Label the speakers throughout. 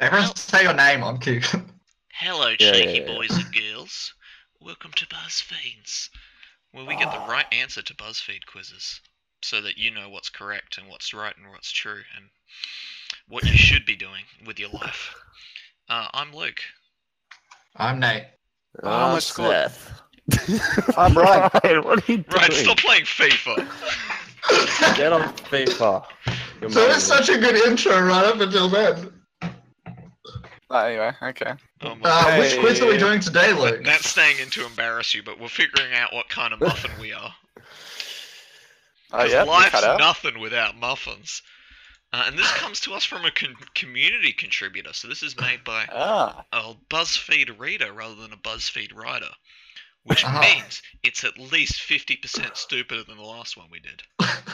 Speaker 1: Everyone say your name on cue.
Speaker 2: Hello,
Speaker 3: Yeah, yeah,
Speaker 2: cheeky
Speaker 3: yeah, yeah.
Speaker 2: boys and girls. Welcome to BuzzFeeds, where we get the right answer to BuzzFeed quizzes, so that you know what's correct and what's right and what's true and what you should be doing with your life. Uh, I'm Luke.
Speaker 1: I'm Nate.
Speaker 3: Oh,
Speaker 4: I'm Scott.
Speaker 3: Seth.
Speaker 4: I'm Ryan.
Speaker 3: Ryan, what are you doing?
Speaker 2: Right, stop playing FIFA.
Speaker 3: Get on FIFA. You're
Speaker 1: So that's
Speaker 3: mine.
Speaker 1: such a good intro right up until then.
Speaker 4: Oh, anyway, okay.
Speaker 2: Oh my
Speaker 1: Uh, which quiz are we
Speaker 4: Hey.
Speaker 1: doing today, Luke?
Speaker 2: That's staying in to embarrass you, but we're figuring out what kind of muffin we are.
Speaker 4: Oh
Speaker 3: Oh,
Speaker 2: 'Cause
Speaker 4: yeah, we
Speaker 2: life's
Speaker 4: cut out.
Speaker 2: nothing without muffins. Uh, and this comes to us from a con- community contributor. So this is made by
Speaker 4: Ah,
Speaker 2: a BuzzFeed reader rather than a BuzzFeed writer, which
Speaker 1: Ah.
Speaker 2: means it's at least 50% stupider than the last one we did.
Speaker 1: I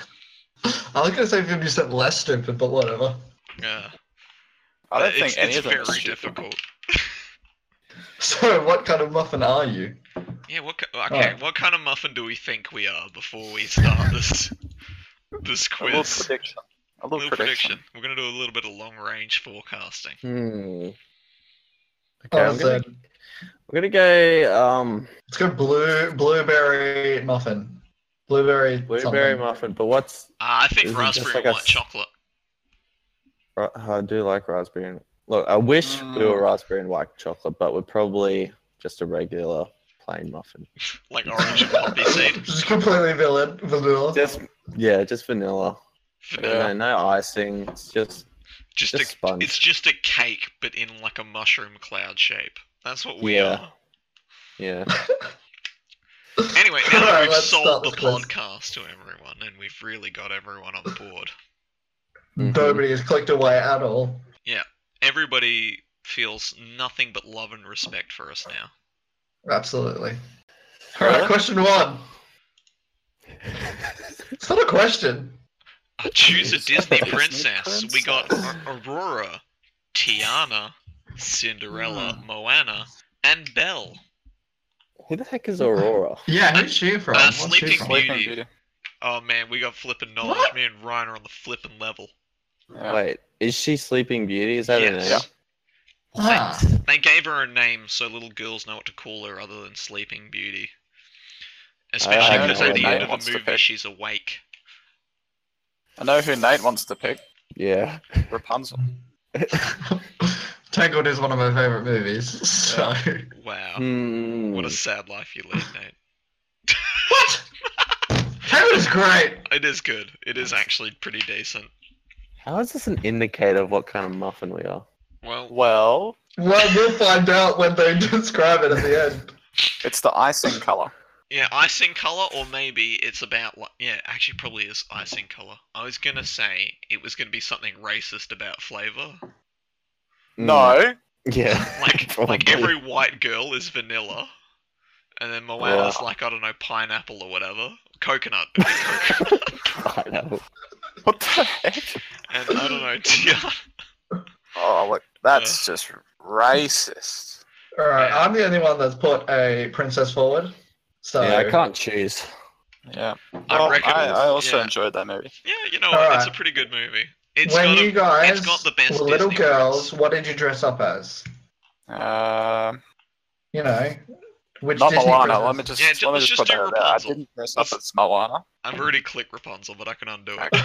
Speaker 1: was gonna say 50% less stupid, but whatever.
Speaker 2: Yeah.
Speaker 4: I don't
Speaker 2: Uh, It's-
Speaker 4: think any
Speaker 2: it's
Speaker 4: of them
Speaker 2: very
Speaker 4: are stupid.
Speaker 2: difficult.
Speaker 1: So, what kind of muffin are you?
Speaker 2: Yeah, what ki- okay,
Speaker 1: Alright.
Speaker 2: what kind of muffin do we think we are before we start this this
Speaker 4: A little
Speaker 2: quiz?
Speaker 4: prediction. A little,
Speaker 2: Little
Speaker 4: prediction.
Speaker 2: prediction. We're going to do a little bit of long range forecasting.
Speaker 3: Hmm. Okay,
Speaker 1: Oh,
Speaker 3: I'm gonna,
Speaker 1: Zed.
Speaker 3: I'm gonna go um
Speaker 1: Let's go blue blueberry muffin. Blueberry.
Speaker 3: blueberry
Speaker 1: something.
Speaker 3: muffin, but what's
Speaker 2: Uh, I think
Speaker 3: Isn't it just
Speaker 2: raspberry
Speaker 3: like
Speaker 2: and
Speaker 3: a
Speaker 2: white
Speaker 3: s-
Speaker 2: chocolate.
Speaker 3: uh, I do like raspberry. and- Look, I wish we
Speaker 4: Hmm.
Speaker 3: were raspberry and white chocolate, but we're probably just a regular plain muffin.
Speaker 2: Like orange and poppy seed.
Speaker 1: Just completely vanilla. vanilla.
Speaker 4: Just
Speaker 3: Yeah, just vanilla.
Speaker 2: Vanilla.
Speaker 3: No, no icing. It's just
Speaker 2: Just,
Speaker 3: just
Speaker 2: a,
Speaker 3: sponge.
Speaker 2: it's just a cake, but in like a mushroom cloud shape. That's what we
Speaker 3: Yeah.
Speaker 2: are.
Speaker 3: yeah.
Speaker 2: Anyway, now that
Speaker 1: Alright,
Speaker 2: we've
Speaker 1: let's start
Speaker 2: sold the
Speaker 1: the quiz.
Speaker 2: podcast to everyone and we've really got everyone on board,
Speaker 3: Mhm.
Speaker 1: Nobody has clicked away at all.
Speaker 2: everybody feels nothing but love and respect for us now.
Speaker 1: Absolutely. All right, question one. It's not a question.
Speaker 2: Uh, choose a
Speaker 3: Disney
Speaker 2: Disney
Speaker 3: Disney
Speaker 2: princess. We got A- Aurora, Tiana, Cinderella,
Speaker 1: Hmm.
Speaker 2: Moana, and Belle.
Speaker 3: Who the heck is Aurora?
Speaker 1: Yeah, who's she from?
Speaker 2: Uh,
Speaker 1: What's she
Speaker 2: Sleeping
Speaker 1: from?
Speaker 2: Beauty.
Speaker 4: Sleeping Beauty.
Speaker 2: Oh man, we got flipping knowledge.
Speaker 1: What?
Speaker 2: Me and Ryan are on the flipping level.
Speaker 4: Yeah.
Speaker 3: Wait, is she Sleeping Beauty? Is that
Speaker 2: Yes.
Speaker 3: her name?
Speaker 1: Ah,
Speaker 2: They gave her a name so little girls know what to call her other than Sleeping Beauty. Especially
Speaker 4: know
Speaker 2: because
Speaker 4: what
Speaker 2: at the
Speaker 4: name
Speaker 2: end of
Speaker 4: wants
Speaker 2: the
Speaker 4: to
Speaker 2: movie
Speaker 4: pick.
Speaker 2: she's awake.
Speaker 4: I know who Nate wants to pick.
Speaker 3: Yeah.
Speaker 4: Rapunzel.
Speaker 1: Tangled is one of my favorite movies. So
Speaker 2: Wow.
Speaker 3: Hmm.
Speaker 2: What a sad life you lead, Nate.
Speaker 1: what? Tangled is great.
Speaker 2: It is good. It is actually pretty decent.
Speaker 3: How is this an indicator of what kind of muffin we are?
Speaker 2: Well,
Speaker 4: Well,
Speaker 1: Well, we'll find out when they describe it at the end.
Speaker 4: it's the icing color.
Speaker 2: yeah, icing color, or maybe it's about like yeah, actually probably is icing color. I was gonna say it was gonna be something racist about flavor,
Speaker 4: Mm. No,
Speaker 3: Hmm. Yeah.
Speaker 2: like like
Speaker 3: Probably.
Speaker 2: every white girl is vanilla, and then Moana's like I don't know pineapple or whatever, coconut,
Speaker 3: I know.
Speaker 4: what the heck?
Speaker 2: and I don't know Tiana.
Speaker 4: Oh, look, that's just racist.
Speaker 1: All right,
Speaker 2: Yeah.
Speaker 1: I'm the only one that's put a princess forward. So
Speaker 3: Yeah, I can't choose.
Speaker 4: Yeah.
Speaker 2: I
Speaker 4: Well,
Speaker 2: reckon-
Speaker 4: I, I also
Speaker 2: yeah.
Speaker 4: enjoyed that movie.
Speaker 2: Yeah, you know what? It's a
Speaker 1: Alright.
Speaker 2: pretty good movie. It's
Speaker 1: when
Speaker 2: got a-
Speaker 1: you guys
Speaker 2: it's got the best
Speaker 1: were little
Speaker 2: Disney
Speaker 1: girls, what did you dress up as?
Speaker 4: Um,
Speaker 1: You know, which
Speaker 4: not
Speaker 1: Disney
Speaker 4: Moana.
Speaker 1: princess?
Speaker 4: Let me just
Speaker 2: Yeah,
Speaker 4: let
Speaker 2: ju-
Speaker 4: me
Speaker 2: let's
Speaker 4: just
Speaker 2: just
Speaker 4: put that
Speaker 2: do
Speaker 4: out there. I
Speaker 2: Rapunzel.
Speaker 4: didn't dress up
Speaker 2: Let's-
Speaker 4: as Moana.
Speaker 2: I've already clicked Rapunzel, but I can undo it.
Speaker 4: Okay.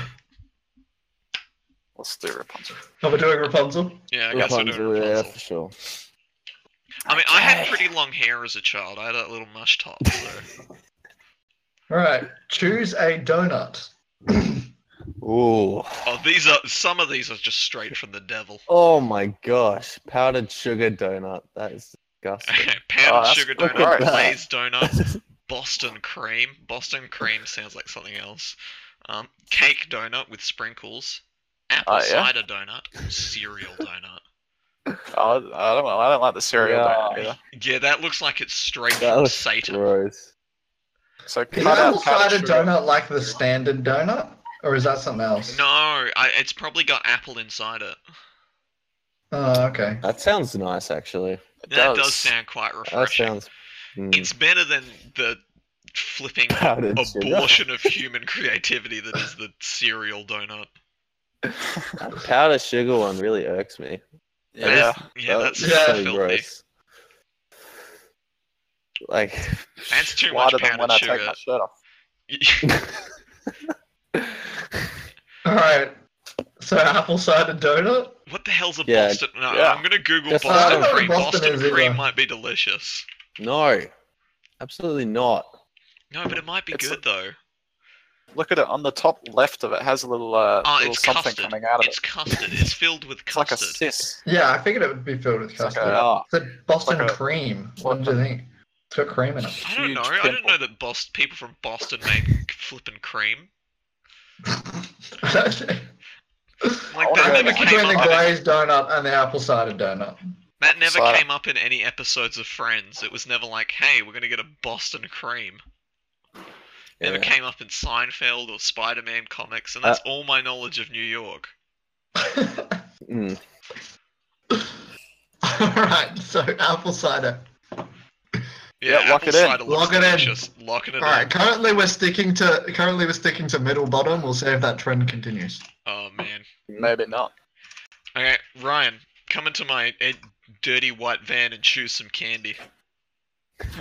Speaker 4: Let's do Rapunzel.
Speaker 1: Are we doing Rapunzel?
Speaker 2: Yeah, I guess we're doing
Speaker 3: Rapunzel, yeah,
Speaker 2: Rapunzel.
Speaker 3: for sure.
Speaker 2: I mean, I had
Speaker 4: Okay.
Speaker 2: pretty long hair as a child. I had that little mush top. So.
Speaker 1: All right, choose a donut.
Speaker 3: Ooh.
Speaker 2: oh, these are some of these are just straight from the devil.
Speaker 3: Oh my gosh. Powdered sugar donut. That is disgusting.
Speaker 4: Oh,
Speaker 2: Powdered
Speaker 4: that's
Speaker 2: sugar
Speaker 3: fucking
Speaker 2: donut,
Speaker 3: gross.
Speaker 2: glazed donut, Boston cream. Boston cream sounds like something else. Um, cake donut with sprinkles. Apple
Speaker 4: Oh, yeah?
Speaker 2: cider donut. Cereal donut.
Speaker 4: Oh, I don't. I don't like the cereal
Speaker 3: Yeah.
Speaker 4: donut either.
Speaker 2: Yeah, that looks like it's straight
Speaker 3: That
Speaker 2: from
Speaker 3: looks
Speaker 2: Satan.
Speaker 3: Gross.
Speaker 4: So cut
Speaker 1: Is
Speaker 4: out
Speaker 1: apple
Speaker 4: powdered
Speaker 1: cider
Speaker 4: sugar.
Speaker 1: donut like the standard donut, or is that something else?
Speaker 2: No, I, it's probably got apple inside it.
Speaker 1: Oh, okay.
Speaker 3: That sounds nice, actually.
Speaker 4: It
Speaker 2: That does sound quite
Speaker 3: That
Speaker 2: refreshing.
Speaker 3: sounds. Hmm.
Speaker 2: It's better than the flipping
Speaker 3: powdered sugar.
Speaker 2: abortion of human creativity that is the cereal donut.
Speaker 3: That powdered sugar one really irks me.
Speaker 4: Yeah.
Speaker 2: yeah, that's
Speaker 1: Yeah.
Speaker 2: so
Speaker 3: so
Speaker 2: filthy.
Speaker 3: gross. Like,
Speaker 2: That's too much
Speaker 4: Wider than
Speaker 2: powdered
Speaker 4: when I take
Speaker 2: sugar.
Speaker 4: my shirt off.
Speaker 1: All right. So apple cider donut.
Speaker 2: what the hell's a
Speaker 3: Yeah.
Speaker 2: Boston? No,
Speaker 4: Yeah.
Speaker 2: I'm gonna Google
Speaker 3: Just
Speaker 2: Boston
Speaker 1: not-
Speaker 2: cream.
Speaker 1: Boston
Speaker 2: Boston
Speaker 1: is either.
Speaker 2: cream might be delicious.
Speaker 3: no, absolutely not.
Speaker 2: No, but it might be
Speaker 4: It's-
Speaker 2: good though.
Speaker 4: Look at it on the top left of it has a little uh
Speaker 2: Ah,
Speaker 4: little
Speaker 2: it's
Speaker 4: something
Speaker 2: custard.
Speaker 4: coming out of
Speaker 2: It's
Speaker 4: it.
Speaker 2: custard. It's filled with
Speaker 4: It's like a
Speaker 2: custard.
Speaker 4: cyst.
Speaker 1: Yeah, I figured it would be filled with
Speaker 4: It's like
Speaker 1: custard.
Speaker 3: Yeah.
Speaker 1: It's a Boston
Speaker 4: like a-
Speaker 1: cream. What do you think? It's got cream in it.
Speaker 2: I don't
Speaker 4: huge
Speaker 2: know. I don't
Speaker 4: pimple.
Speaker 2: know that Boston people from Boston make flippin' cream. Like that
Speaker 4: wanna go
Speaker 2: never
Speaker 4: back.
Speaker 2: came
Speaker 1: Between the
Speaker 2: up. in-
Speaker 1: glazed donut and the apple cider donut.
Speaker 2: That never
Speaker 4: Cider.
Speaker 2: came up in any episodes of Friends. It was never like, hey, we're gonna get a Boston cream. Never
Speaker 3: Yeah.
Speaker 2: came up in Seinfeld or Spider-Man comics, and
Speaker 4: Uh,
Speaker 2: that's all my knowledge of New York.
Speaker 3: Mm.
Speaker 1: All right. So apple cider.
Speaker 2: Yeah,
Speaker 4: Yeah, lock
Speaker 2: apple
Speaker 4: it in.
Speaker 2: cider looks
Speaker 1: Lock it in.
Speaker 2: delicious. Locking it
Speaker 1: All right.
Speaker 2: in.
Speaker 1: Currently, we're sticking to currently we're sticking to middle bottom. We'll see if that trend continues.
Speaker 2: Oh man.
Speaker 4: Maybe not.
Speaker 2: Okay, Ryan, come into my eh, dirty white van and choose some candy.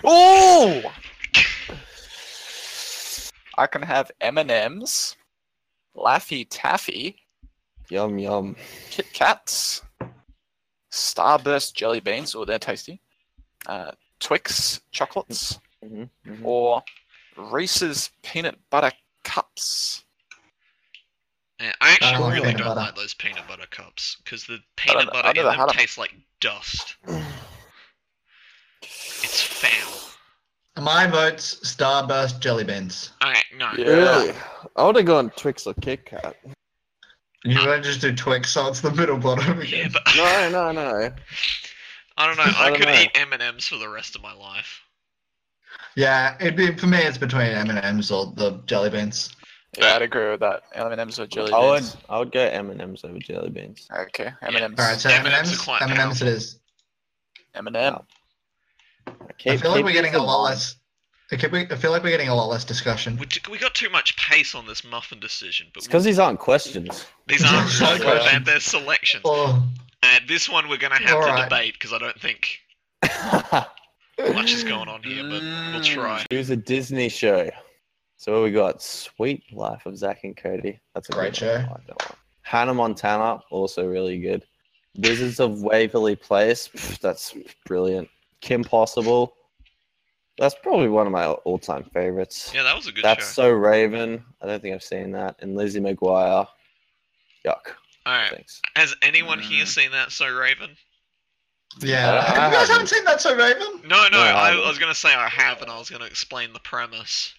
Speaker 4: Ooh! I can have M and M's, Laffy Taffy,
Speaker 3: Yum yum.
Speaker 4: Kit Kats, Starburst jelly beans. Oh, they're tasty. Uh, Twix chocolates
Speaker 3: Mhm,
Speaker 1: Mm-hmm.
Speaker 3: mhm.
Speaker 4: or Reese's peanut butter cups.
Speaker 2: Eh, I
Speaker 1: I
Speaker 2: actually
Speaker 1: like
Speaker 2: really
Speaker 1: Oh, peanut
Speaker 2: don't
Speaker 1: butter.
Speaker 2: like those peanut butter cups because the
Speaker 4: don't
Speaker 2: peanut
Speaker 4: know,
Speaker 2: butter
Speaker 4: I
Speaker 2: in
Speaker 4: never
Speaker 2: them
Speaker 4: had 'em.
Speaker 2: tastes like dust. It's foul.
Speaker 1: My vote's Starburst jelly beans.
Speaker 2: Alright, no.
Speaker 4: Yeah.
Speaker 3: Really? I would have gone Twix or Kit Kat.
Speaker 1: You don't just do Twix, so it's the middle bottom
Speaker 2: Ah. Yeah,
Speaker 1: again.
Speaker 2: but
Speaker 3: No, no, no.
Speaker 2: I don't know. I,
Speaker 3: I don't
Speaker 2: could
Speaker 3: know.
Speaker 2: eat M and M's for the rest of my life.
Speaker 1: Yeah, it'd be for me. It's between M and M's or the jelly beans.
Speaker 4: Yeah, I'd agree with that. M and M's or jelly
Speaker 3: I would.
Speaker 4: beans.
Speaker 3: I would go M and M's over jelly beans.
Speaker 4: Okay, M and
Speaker 1: All right,
Speaker 4: M's.
Speaker 1: so M and
Speaker 2: M&Ms are
Speaker 1: M's.
Speaker 2: quite
Speaker 1: M and M's it is.
Speaker 4: M and M.
Speaker 1: I
Speaker 3: Keep-
Speaker 1: feel like
Speaker 3: keep
Speaker 1: we're getting
Speaker 3: these
Speaker 1: a
Speaker 3: in
Speaker 1: lot
Speaker 3: mind.
Speaker 1: less. I keep- I feel like we're getting a lot less discussion.
Speaker 2: We, t- we got too much pace on this muffin decision, but
Speaker 3: It's because
Speaker 2: we-
Speaker 3: these aren't questions.
Speaker 2: these aren't
Speaker 1: Yeah,
Speaker 2: really
Speaker 4: yeah.
Speaker 2: bad. They're selections.
Speaker 1: Oh,
Speaker 2: And this one we're gonna have to
Speaker 1: Alright.
Speaker 2: debate because I don't think much is going on here, but we'll try.
Speaker 3: Choose a Disney show. So we got Sweet Life of Zach and Cody. That's a
Speaker 1: Great
Speaker 3: good one.
Speaker 1: show.
Speaker 3: I like that one. Hannah Montana, also really good. Wizards of Waverly Place. pff, that's brilliant. Kim Possible. That's probably one of my all-time favorites.
Speaker 2: Yeah, that was a good
Speaker 3: That's
Speaker 2: show.
Speaker 3: so Raven. I don't think I've seen that. And Lizzie McGuire. Yuck.
Speaker 2: All right.
Speaker 3: Thanks.
Speaker 2: Has anyone
Speaker 3: Mm.
Speaker 2: here seen that? So Raven?
Speaker 1: yeah.
Speaker 3: Uh, I
Speaker 1: you guys haven't
Speaker 3: haven't.
Speaker 1: seen that, so Raven?
Speaker 2: No, no.
Speaker 3: No, I
Speaker 2: I,
Speaker 3: haven't.
Speaker 2: I was gonna say I have, and I was gonna explain the premise.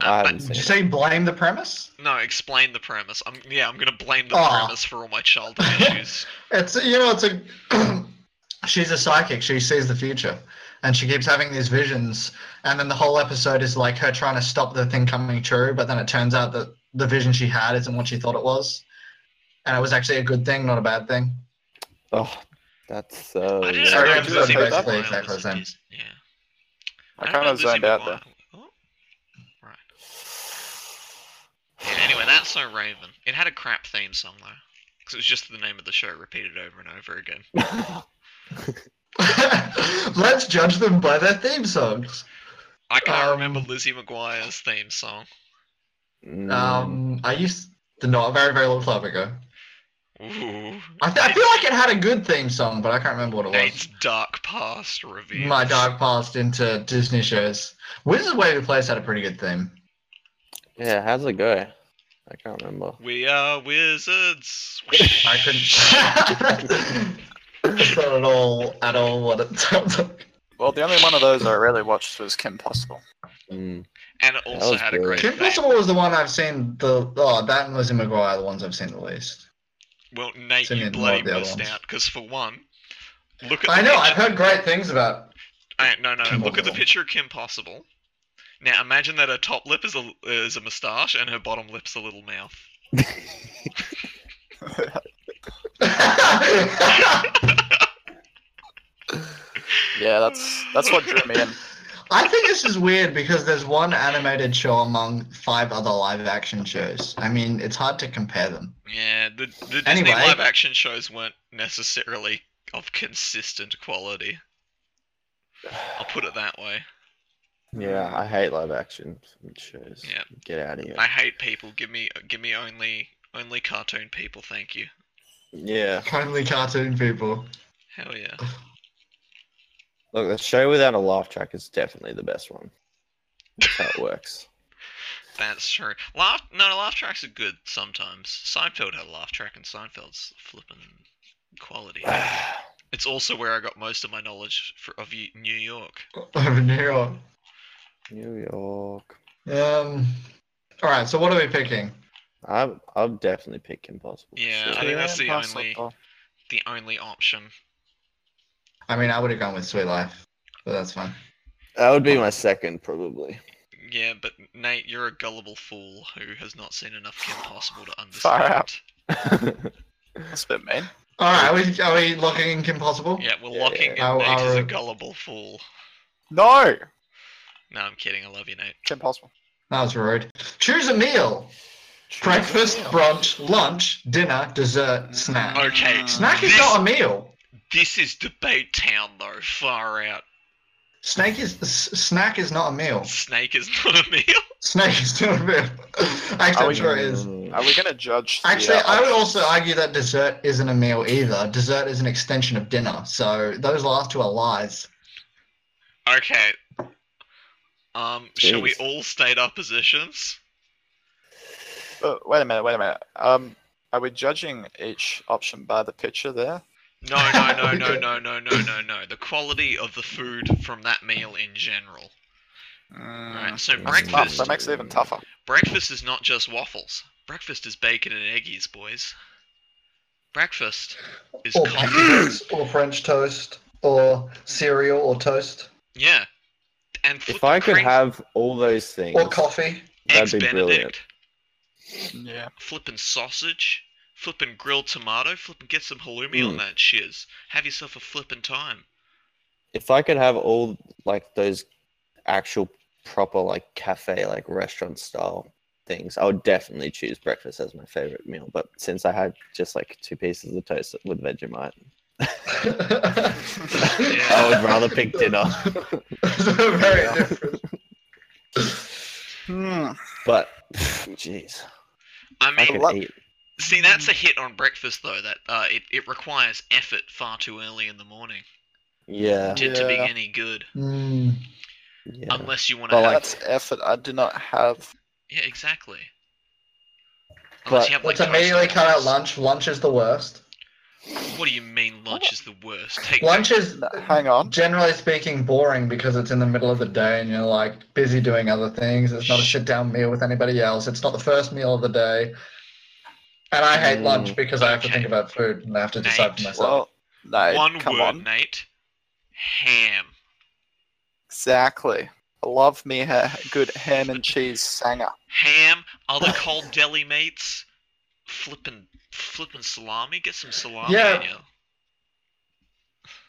Speaker 2: Uh,
Speaker 3: I
Speaker 2: but-
Speaker 1: Did
Speaker 3: haven't seen
Speaker 1: you
Speaker 3: it.
Speaker 1: say blame the premise?
Speaker 2: no, explain the premise. I'm yeah, I'm gonna blame the
Speaker 1: Aw.
Speaker 2: premise for all my childhood issues.
Speaker 1: It's you know, it's a. she's a psychic. She sees the future, and she keeps having these visions. And then the whole episode is like her trying to stop the thing coming true, but then it turns out that the vision she had isn't what she thought it was, and it was actually a good thing, not a bad thing.
Speaker 3: Oh, that's so.
Speaker 2: I didn't
Speaker 1: yeah.
Speaker 2: know
Speaker 1: Sorry,
Speaker 2: if
Speaker 1: I'm
Speaker 2: Lizzie
Speaker 1: sorry,
Speaker 2: McGuire
Speaker 1: basically
Speaker 2: was
Speaker 1: exactly
Speaker 2: a
Speaker 1: the same.
Speaker 2: Dis- Yeah.
Speaker 4: I
Speaker 2: don't
Speaker 4: kind
Speaker 2: know
Speaker 4: of
Speaker 2: Lizzie
Speaker 4: zoned out there.
Speaker 2: McGuire- Oh, Right. Yeah, anyway, that's so Raven. It had a crap theme song though, because it was just the name of the show repeated over and over again.
Speaker 1: Let's judge them by their theme songs.
Speaker 2: I can't
Speaker 1: Um,
Speaker 2: remember Lizzie McGuire's theme song.
Speaker 3: Mm.
Speaker 1: Um, I used to know a very, very long time ago.
Speaker 2: Ooh.
Speaker 1: I, th- I feel like it had a good theme song, but I can't remember what it
Speaker 2: Nate's
Speaker 1: was.
Speaker 2: dark past reveal.
Speaker 1: My dark past into Disney shows. Wizards Way of Place had a pretty good theme.
Speaker 3: yeah, how's it go? I can't remember.
Speaker 2: We are wizards.
Speaker 1: I couldn't. That's not at all, at all what it sounds like.
Speaker 4: Well, the only one of those I really watched was Kim Possible.
Speaker 3: Mm.
Speaker 2: and it also
Speaker 3: was
Speaker 2: had a
Speaker 3: good.
Speaker 2: great
Speaker 1: Kim
Speaker 2: theme.
Speaker 1: Possible was the one I've seen the. Oh, that and Lizzie McGuire are the ones I've seen the least.
Speaker 2: Well, Nate,
Speaker 1: Send me
Speaker 2: you
Speaker 1: more
Speaker 2: bloody
Speaker 1: of the other
Speaker 2: missed
Speaker 1: ones.
Speaker 2: out because for one, look at
Speaker 1: I
Speaker 2: the
Speaker 1: know,
Speaker 2: picture.
Speaker 1: I've heard great things about.
Speaker 2: I, no, no,
Speaker 1: Kim
Speaker 2: look at the
Speaker 1: Possible.
Speaker 2: picture of Kim Possible. Now imagine that her top lip is a is a moustache and her bottom lip's a little mouth.
Speaker 1: I
Speaker 4: Yeah, that's that's what drew me in.
Speaker 1: I think this is weird because there's one animated show among five other live action shows. I mean, it's hard to compare them.
Speaker 2: Yeah, the, the Disney
Speaker 1: Anyway.
Speaker 2: live action shows weren't necessarily of consistent quality. I'll put it that way.
Speaker 3: Yeah, I hate live action shows.
Speaker 2: Yeah.
Speaker 3: Get out of here.
Speaker 2: I hate people. Give me give me only only cartoon people. Thank you.
Speaker 3: Yeah.
Speaker 1: Only cartoon people.
Speaker 2: Hell yeah.
Speaker 3: Look, the show without a laugh track is definitely the best one. That's how it works.
Speaker 2: That's true. Laugh no, no, laugh tracks are good sometimes. Seinfeld had a laugh track, and Seinfeld's flipping quality. It's also where I got most of my knowledge for, of Y- New York.
Speaker 1: Over Um, New York.
Speaker 3: New York.
Speaker 1: Um. All right. So what are we picking?
Speaker 3: I'm I'm definitely pick Impossible.
Speaker 2: Yeah, I
Speaker 3: Sure.
Speaker 2: think that's the
Speaker 4: Yeah,
Speaker 2: only-
Speaker 4: possible.
Speaker 2: The only option.
Speaker 1: I mean, I would have gone with Sweet Life, but that's fine.
Speaker 3: that would be my second probably.
Speaker 2: Yeah, but Nate, you're a gullible fool who has not seen enough Kim Possible to
Speaker 4: Far
Speaker 2: understand.
Speaker 4: out. That's a bit mean.
Speaker 1: All right. Are we are we locking in Kim Possible?
Speaker 2: Yeah, we're
Speaker 3: Yeah,
Speaker 2: locking
Speaker 1: yeah.
Speaker 2: in Nate
Speaker 1: Our-
Speaker 2: as a
Speaker 1: our-
Speaker 2: gullible fool.
Speaker 4: No!
Speaker 2: No, I'm kidding. I love you, Nate.
Speaker 4: Kim Possible.
Speaker 1: That was rude. Choose a meal. Breakfast, brunch, lunch, dinner, dessert, snack.
Speaker 2: Okay,
Speaker 4: Mm.
Speaker 1: Snack is not a meal.
Speaker 2: This is debate town, though. Far out.
Speaker 1: Snake is s- snack is not a meal.
Speaker 2: Snake is not a meal.
Speaker 1: Snake is not a meal. Actually,
Speaker 4: Are
Speaker 1: I'm
Speaker 4: we-
Speaker 1: sure it is.
Speaker 4: Are we going to judge? the,
Speaker 1: Actually,
Speaker 4: uh,
Speaker 1: I would
Speaker 4: options?
Speaker 1: also argue that dessert isn't a meal either. Dessert is an extension of dinner. So those last two are lies.
Speaker 2: Okay. Um, shall we
Speaker 3: Jeez.
Speaker 2: all state our positions?
Speaker 4: Uh, wait a minute, wait a minute. Um, are we judging each option by the picture there?
Speaker 2: No, no, no, no, no, no, no, no, no. The quality of the food from that meal in general. Right. So
Speaker 3: Mm.
Speaker 4: That's tough.
Speaker 2: breakfast.
Speaker 4: That makes it even tougher.
Speaker 2: Breakfast is not just waffles. Breakfast is bacon and eggies, boys. Breakfast is
Speaker 3: Oh,
Speaker 1: Or
Speaker 2: coffee.
Speaker 1: pancakes, or French toast, or cereal, or toast,
Speaker 2: yeah. And
Speaker 3: If
Speaker 2: flipping
Speaker 3: I could
Speaker 2: cream-
Speaker 3: have all those things,
Speaker 1: or coffee.
Speaker 3: that'd
Speaker 2: eggs
Speaker 3: be
Speaker 2: Benedict,
Speaker 3: brilliant.
Speaker 4: Yeah.
Speaker 2: flipping sausage, flipping grilled tomato, flipping get some halloumi on
Speaker 3: Mm.
Speaker 2: that shiz. Have yourself a flipping time.
Speaker 3: If I could have all like those actual proper like cafe like restaurant style things, I would definitely choose breakfast as my favorite meal. But since I had just like two pieces of toast with Vegemite, I would rather pick dinner.
Speaker 1: Very different.
Speaker 4: Hmm.
Speaker 3: But jeez,
Speaker 2: I
Speaker 3: I
Speaker 2: mean,
Speaker 3: could
Speaker 4: love-
Speaker 3: eat.
Speaker 2: see, that's a hit on breakfast though. That uh, it it requires effort far too early in the morning
Speaker 3: Yeah,
Speaker 2: to, to be
Speaker 4: Yeah.
Speaker 2: any good,
Speaker 1: Mm.
Speaker 3: yeah.
Speaker 2: unless you want to
Speaker 3: But,
Speaker 2: have.
Speaker 3: like-
Speaker 4: That's effort I do not have.
Speaker 2: yeah, exactly. Unless
Speaker 3: But-
Speaker 2: you have, like,
Speaker 1: Let's immediately
Speaker 2: toast
Speaker 1: cut out
Speaker 2: rolls.
Speaker 1: lunch. Lunch is the worst.
Speaker 2: What do you mean lunch is the worst? Take
Speaker 1: Lunch is,
Speaker 4: No, Hang on.
Speaker 1: generally speaking, boring because it's in the middle of the day and you're like busy doing other things. It's not a sit down meal with anybody else. It's not the first meal of the day. And I hate
Speaker 3: Mm.
Speaker 1: lunch because I have to
Speaker 2: Okay.
Speaker 1: think about food and I have to decide for
Speaker 2: Nate.
Speaker 1: myself.
Speaker 4: Well, no.
Speaker 2: one
Speaker 4: come
Speaker 2: word,
Speaker 4: on.
Speaker 2: Nate. Ham.
Speaker 4: Exactly. I love me a good ham and cheese sanger.
Speaker 2: ham, other cold deli meats, flippin' flippin' salami. Get some salami.
Speaker 1: Yeah.
Speaker 2: in ya.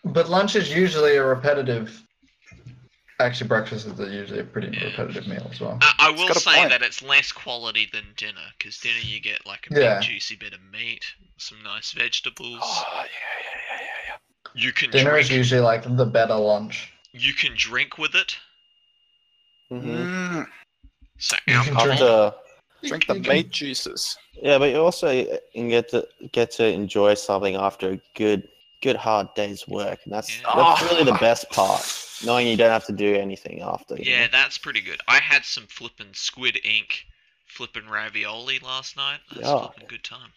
Speaker 1: but lunch is usually a repetitive. Actually, breakfast is usually a pretty
Speaker 2: Yeah.
Speaker 1: repetitive meal as well.
Speaker 2: I, Uh, I will
Speaker 4: got a
Speaker 2: say
Speaker 4: point.
Speaker 2: that it's less quality than dinner, because dinner you get like a
Speaker 1: Yeah. Oh,
Speaker 2: big juicy bit of meat, some nice vegetables.
Speaker 4: yeah, yeah, yeah, yeah,
Speaker 2: You can
Speaker 1: Dinner is
Speaker 2: drink.
Speaker 1: usually like the better lunch.
Speaker 2: You can drink with it.
Speaker 3: Mhm.
Speaker 4: Mm,
Speaker 1: Mm-hmm.
Speaker 2: So
Speaker 1: You can drink-
Speaker 2: alcohol.
Speaker 3: After-
Speaker 4: drink the meat juices.
Speaker 3: uh, Yeah, but you also can get to get to enjoy something after a good good hard day's work, and that's
Speaker 2: Yeah.
Speaker 3: that's
Speaker 4: Oh.
Speaker 3: really the best part, knowing you don't have to do anything after. you
Speaker 2: Yeah,
Speaker 3: know?
Speaker 2: that's pretty good. I had some flippin' squid ink, flippin' ravioli last night. That's
Speaker 3: Yeah.
Speaker 2: flippin' good time.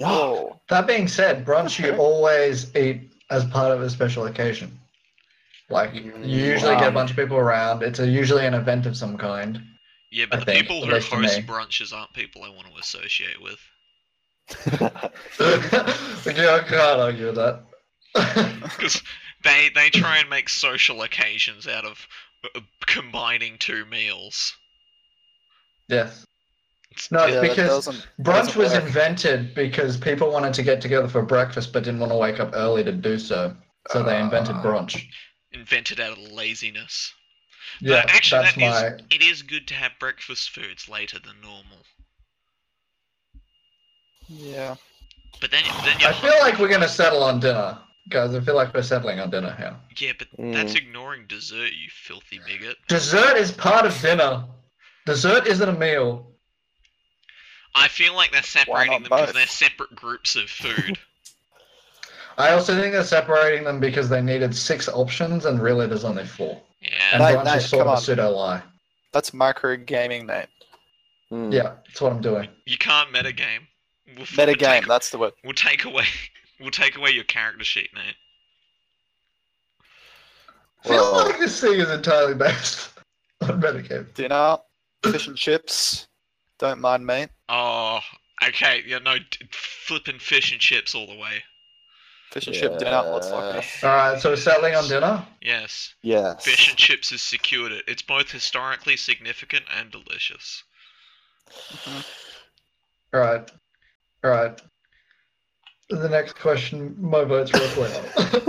Speaker 3: Yuck.
Speaker 4: Oh,
Speaker 1: That being said, brunch you
Speaker 4: Okay.
Speaker 1: always eat as part of a special occasion. Like you
Speaker 3: Mm,
Speaker 1: usually get a
Speaker 4: wow.
Speaker 1: bunch of people around. It's a, usually an event of some kind.
Speaker 2: Yeah, but
Speaker 1: I
Speaker 2: the
Speaker 1: think,
Speaker 2: people
Speaker 1: at
Speaker 2: who
Speaker 1: least for
Speaker 2: host
Speaker 1: me.
Speaker 2: brunches aren't people I want to associate with.
Speaker 1: yeah, I can't argue with that.
Speaker 2: because they they try and make social occasions out of uh, combining two meals.
Speaker 1: yes.
Speaker 2: It's-
Speaker 1: No,
Speaker 4: yeah, that
Speaker 1: because
Speaker 4: doesn't.
Speaker 1: Brunch was
Speaker 4: work.
Speaker 1: invented because people wanted to get together for breakfast but didn't want to wake up early to do so. So they invented
Speaker 4: Uh,
Speaker 1: brunch.
Speaker 2: invented out of laziness.
Speaker 1: Yeah,
Speaker 2: but actually,
Speaker 1: that's
Speaker 2: that is-
Speaker 1: my.
Speaker 2: It is good to have breakfast foods later than normal.
Speaker 4: Yeah.
Speaker 2: But then, then you're
Speaker 1: I feel like we're gonna settle on dinner, guys. I feel like we're settling on dinner here.
Speaker 2: yeah, but
Speaker 3: Hmm.
Speaker 2: that's ignoring dessert, you filthy bigot.
Speaker 1: Dessert is part of dinner. Dessert isn't a meal.
Speaker 2: I feel like they're separating
Speaker 4: not
Speaker 2: them because
Speaker 4: both?
Speaker 2: they're separate groups of food.
Speaker 1: I also think they're separating them because they needed six options and really there's only four. And
Speaker 2: yeah,
Speaker 4: Mate,
Speaker 1: Nate,
Speaker 4: mate,
Speaker 1: sort of
Speaker 4: come
Speaker 1: a
Speaker 4: on.
Speaker 1: pseudo lie.
Speaker 4: That's micro gaming, Nate. Hmm.
Speaker 3: Mm.
Speaker 1: Yeah, that's what I'm doing.
Speaker 2: you can't metagame. We'll, we'll
Speaker 4: Meta game.
Speaker 2: Take,
Speaker 4: That's the word.
Speaker 2: we'll take away. We'll take away your character sheet, Nate.
Speaker 1: I feel
Speaker 3: Well-
Speaker 1: like this thing is entirely based on Medicaid.
Speaker 4: Dinner, fish and chips. Don't mind me.
Speaker 2: Oh, okay. Yeah, no, d- flipping fish and chips all the way.
Speaker 4: Fish and chip dinner. Let's lock it up.
Speaker 3: Yeah.
Speaker 1: Alright, so we're settling on dinner?
Speaker 2: Yes,
Speaker 3: Yes.
Speaker 2: fish and chips has secured it. It's both historically significant and delicious.
Speaker 1: Alright. Alright. The next question, my vote's real quick.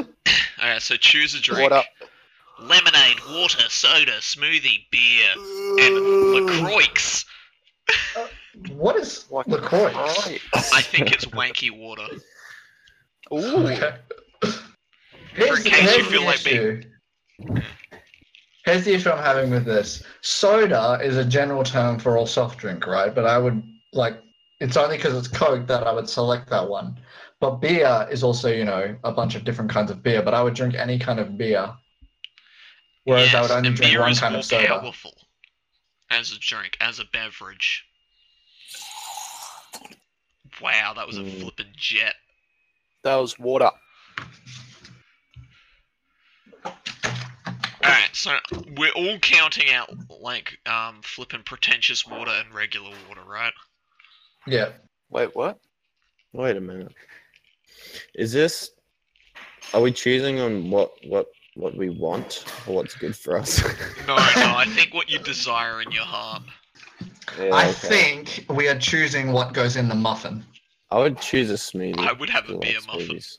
Speaker 2: All right, so choose a drink.
Speaker 4: What up?
Speaker 2: Lemonade, water, soda, smoothie, beer, and LaCroix.
Speaker 1: what is
Speaker 4: Like
Speaker 1: LaCroix?
Speaker 4: Oh.
Speaker 2: I think it's wanky water.
Speaker 4: Ooh.
Speaker 1: Okay.
Speaker 2: in case you feel like
Speaker 1: issue. Here's the issue I'm having with this. Soda is a general term for all soft drink, right? But I would like it's only because it's Coke that I would select that one. But beer is also, you know, a bunch of different kinds of beer. But I would drink any kind of beer, whereas I
Speaker 2: yes,
Speaker 1: would only
Speaker 2: and
Speaker 1: drink
Speaker 2: beer
Speaker 1: one
Speaker 2: is
Speaker 1: kind
Speaker 2: more
Speaker 1: of soda.
Speaker 2: powerful as a drink, as a beverage. Wow, that was a
Speaker 3: Mm.
Speaker 2: flippin' jet.
Speaker 4: That was water.
Speaker 2: Alright, so we're all counting out like um flippin' pretentious water and regular water, right?
Speaker 1: Yeah,
Speaker 4: Wait, what?
Speaker 3: Wait a minute. Is this? Are we choosing on what what what we want or what's good for us?
Speaker 2: No, no, I think what you desire in your heart.
Speaker 3: Yeah,
Speaker 1: I
Speaker 3: okay.
Speaker 1: think we are choosing what goes in the muffin.
Speaker 3: I would choose a smoothie.
Speaker 2: I would have a
Speaker 3: I like
Speaker 2: beer muffin.
Speaker 3: smoothies.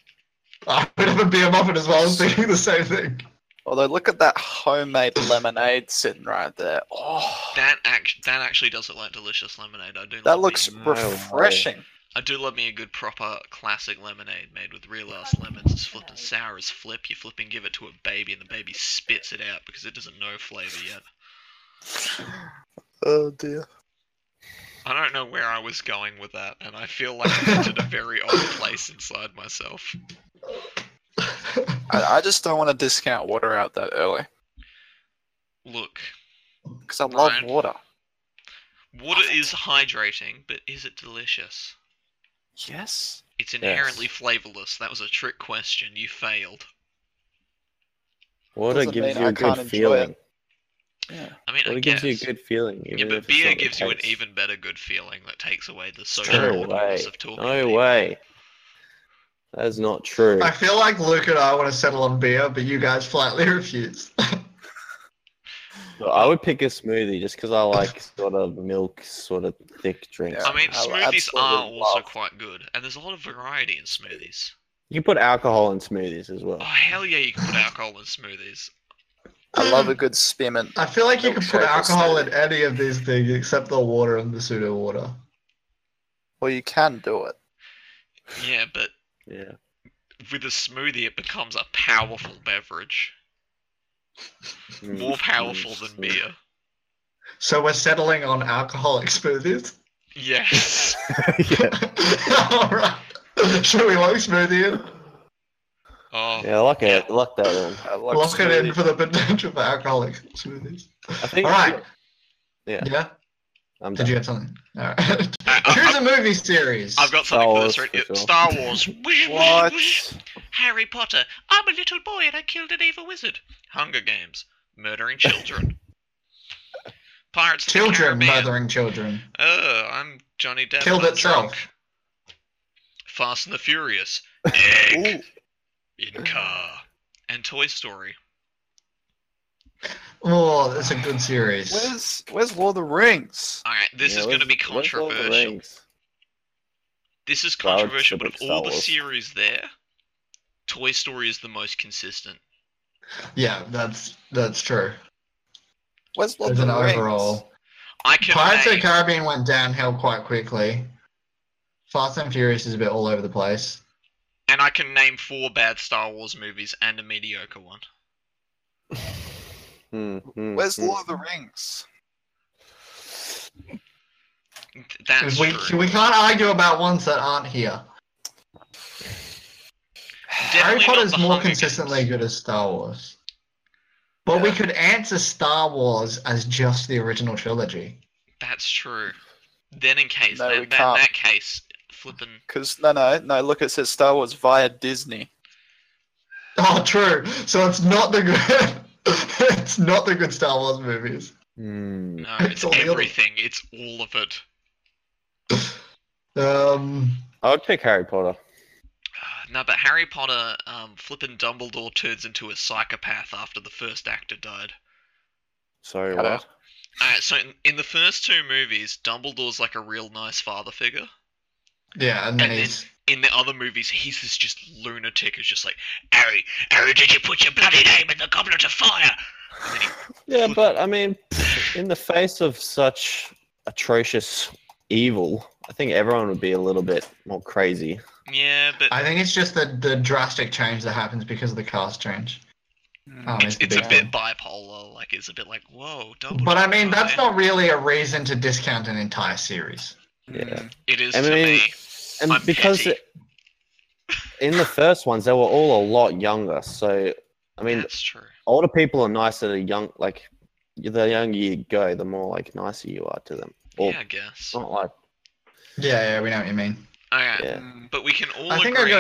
Speaker 1: I would have a beer muffin as well. I was thinking the same thing.
Speaker 4: Although, look at that homemade lemonade sitting right there. Oh,
Speaker 2: That act- that actually does look like delicious lemonade. I do. love
Speaker 4: that
Speaker 2: me-
Speaker 4: looks
Speaker 3: No way.
Speaker 4: refreshing.
Speaker 2: I do love me a good proper classic lemonade made with real ass lemons. It's flipping sour as flip. You flipping give it to a baby and the baby spits it out because it doesn't know flavour yet.
Speaker 4: Oh dear.
Speaker 2: I don't know where I was going with that, and I feel like I entered a very odd place inside myself.
Speaker 4: I, I just don't want to discount water out that early
Speaker 2: Look,
Speaker 4: because I love
Speaker 2: Right.
Speaker 4: water.
Speaker 2: water is hydrating, but is it delicious?
Speaker 4: Yes.
Speaker 2: It's inherently flavourless. That was a trick question. You failed.
Speaker 3: Water
Speaker 4: Doesn't
Speaker 3: gives
Speaker 4: mean
Speaker 3: you
Speaker 4: I
Speaker 3: a good
Speaker 4: can't enjoy it.
Speaker 3: feeling.
Speaker 4: Yeah.
Speaker 2: I mean, I
Speaker 3: Water
Speaker 2: guess.
Speaker 3: gives you a good feeling.
Speaker 2: yeah,
Speaker 3: even if
Speaker 2: but
Speaker 3: it's
Speaker 2: beer
Speaker 3: not the
Speaker 2: gives you an
Speaker 3: taste.
Speaker 2: even better good feeling that takes away the social
Speaker 3: No
Speaker 2: awkwardness
Speaker 3: way.
Speaker 2: of talking. to
Speaker 3: No
Speaker 2: people.
Speaker 3: way. That is not true.
Speaker 1: I feel like Luke and I want to settle on beer, but you guys flatly refuse.
Speaker 3: Well, I would pick a smoothie just because I like sort of milk, sort of thick drinks.
Speaker 4: Yeah.
Speaker 2: I mean,
Speaker 4: I would
Speaker 2: smoothies are
Speaker 4: absolutely
Speaker 2: also
Speaker 4: love-
Speaker 2: quite good, and there's a lot of variety in smoothies.
Speaker 3: You can put alcohol in smoothies as well.
Speaker 2: Oh hell yeah, you can put alcohol in smoothies.
Speaker 4: I love
Speaker 2: Mm.
Speaker 4: a good spearmint.
Speaker 1: I feel like you can put
Speaker 4: Milkshake or
Speaker 1: alcohol in
Speaker 4: something.
Speaker 1: any of these things except the water and the pseudo water.
Speaker 4: Well, you can do it.
Speaker 2: Yeah, but
Speaker 3: Yeah.
Speaker 2: with a smoothie, it becomes a powerful beverage,
Speaker 3: Mm.
Speaker 2: more powerful
Speaker 3: Mm.
Speaker 2: than beer.
Speaker 1: So we're settling on alcoholic smoothies.
Speaker 2: Yes.
Speaker 3: yeah.
Speaker 1: All right. Should we lock smoothie in?
Speaker 2: Oh,
Speaker 3: Yeah, I like it. I like that one.
Speaker 4: I love
Speaker 1: Lock it in
Speaker 4: smoothie.
Speaker 1: for the potential for alcoholic smoothies.
Speaker 3: I think.
Speaker 1: All right.
Speaker 3: Yeah.
Speaker 1: Yeah.
Speaker 3: I'm
Speaker 1: Did
Speaker 3: done.
Speaker 1: you have something? All right.
Speaker 2: I,
Speaker 1: Here's
Speaker 2: I,
Speaker 1: a movie series.
Speaker 2: Uh, I've got something
Speaker 3: Star
Speaker 2: for this.
Speaker 3: Wars
Speaker 2: Right?
Speaker 3: for
Speaker 2: Yeah,
Speaker 3: sure.
Speaker 2: Star Wars. Whoosh, whoosh,
Speaker 4: What?
Speaker 2: whoosh. Harry Potter. I'm a little boy and I killed an evil wizard. Hunger Games. Murdering children. Pirates of the
Speaker 1: children
Speaker 2: Caribbean.
Speaker 1: murdering children.
Speaker 2: Oh, I'm Johnny Depp.
Speaker 1: Killed
Speaker 2: and I'm
Speaker 1: itself.
Speaker 2: drunk. Fast and the Furious. Egg.
Speaker 4: Ooh,
Speaker 2: in car and Toy Story.
Speaker 1: Oh, that's a good series.
Speaker 4: where's Where's Lord of the Rings?
Speaker 2: All right, this
Speaker 3: Yeah,
Speaker 2: is going to
Speaker 3: where's-
Speaker 2: be
Speaker 3: where's Lord of the
Speaker 2: controversial.
Speaker 3: Rings?
Speaker 2: This is
Speaker 3: Well, I would
Speaker 2: controversial, but
Speaker 3: submit
Speaker 2: of
Speaker 3: Star
Speaker 2: all the
Speaker 3: Wars.
Speaker 2: series there, Toy Story is the most consistent.
Speaker 1: Yeah, that's that's true.
Speaker 4: Where's Lord
Speaker 1: as
Speaker 4: of
Speaker 1: an
Speaker 4: the Rings?
Speaker 1: overall.
Speaker 2: I can
Speaker 1: Pirates of the
Speaker 2: name,
Speaker 1: Caribbean went downhill quite quickly. Fast and Furious is a bit all over the place.
Speaker 2: and I can name four bad Star Wars movies and a mediocre one.
Speaker 3: Hmm, hmm,
Speaker 4: Where's
Speaker 3: hmm.
Speaker 4: Lord of the Rings?
Speaker 2: Th- That's
Speaker 1: we,
Speaker 2: true.
Speaker 1: we can't argue about ones that aren't here. Harry
Speaker 2: Definitely not
Speaker 1: Potter's
Speaker 2: the
Speaker 1: more
Speaker 2: Hunger
Speaker 1: consistently
Speaker 2: Games.
Speaker 1: good as Star Wars. But we
Speaker 2: Yeah.
Speaker 1: could answer Star Wars as just the original trilogy.
Speaker 2: That's true. Then in case
Speaker 4: No,
Speaker 2: that,
Speaker 4: we
Speaker 2: that,
Speaker 4: can't.
Speaker 2: that case flipping
Speaker 4: Because no, no, no. Look, it says Star Wars via Disney.
Speaker 1: Oh, true. So it's not the good. it's not the good Star Wars movies.
Speaker 3: Hmm.
Speaker 2: no,
Speaker 1: It's
Speaker 2: it's,
Speaker 1: all the other-
Speaker 2: everything. It's all of it.
Speaker 1: Um,
Speaker 3: I would pick Harry Potter.
Speaker 2: No, but Harry Potter um, flipping Dumbledore turns into a psychopath after the first actor died.
Speaker 3: Sorry,
Speaker 4: Hello.
Speaker 3: what?
Speaker 2: Uh, so in, in the first two movies, Dumbledore's like a real nice father figure.
Speaker 1: yeah, and then
Speaker 2: And then-
Speaker 1: he's
Speaker 2: In the other movies, he's this just lunatic who's just like, Harry, Harry, did you put your bloody name in the goblet of fire? And then he
Speaker 3: Yeah, but I mean, in the face of such atrocious evil, I think everyone would be a little bit more crazy.
Speaker 2: Yeah, but
Speaker 1: I think it's just the, the drastic change that happens because of the cast change.
Speaker 3: Ah,
Speaker 1: Um, is
Speaker 2: it's,
Speaker 1: the
Speaker 2: it's
Speaker 1: big
Speaker 2: a bit
Speaker 1: thing.
Speaker 2: bipolar. Like it's a bit like whoa. Double
Speaker 1: But I mean,
Speaker 2: Trouble,
Speaker 1: that's
Speaker 2: man.
Speaker 1: not really a reason to discount an entire series.
Speaker 3: Yeah.
Speaker 4: Mm.
Speaker 2: It is
Speaker 3: I
Speaker 2: to
Speaker 3: mean,
Speaker 2: me.
Speaker 3: and
Speaker 2: I'm
Speaker 3: because
Speaker 2: petty.
Speaker 3: it, in the first ones they were all a lot younger, so I mean,
Speaker 2: that's true.
Speaker 3: older people are nicer to young. Like the younger you go, the more like nicer you are to them. Or
Speaker 2: yeah, I guess.
Speaker 3: it's not like
Speaker 1: Yeah, yeah, we know what you mean.
Speaker 2: Alright,
Speaker 3: yeah.
Speaker 4: Mm.
Speaker 2: but we can all
Speaker 1: I think I
Speaker 2: agree.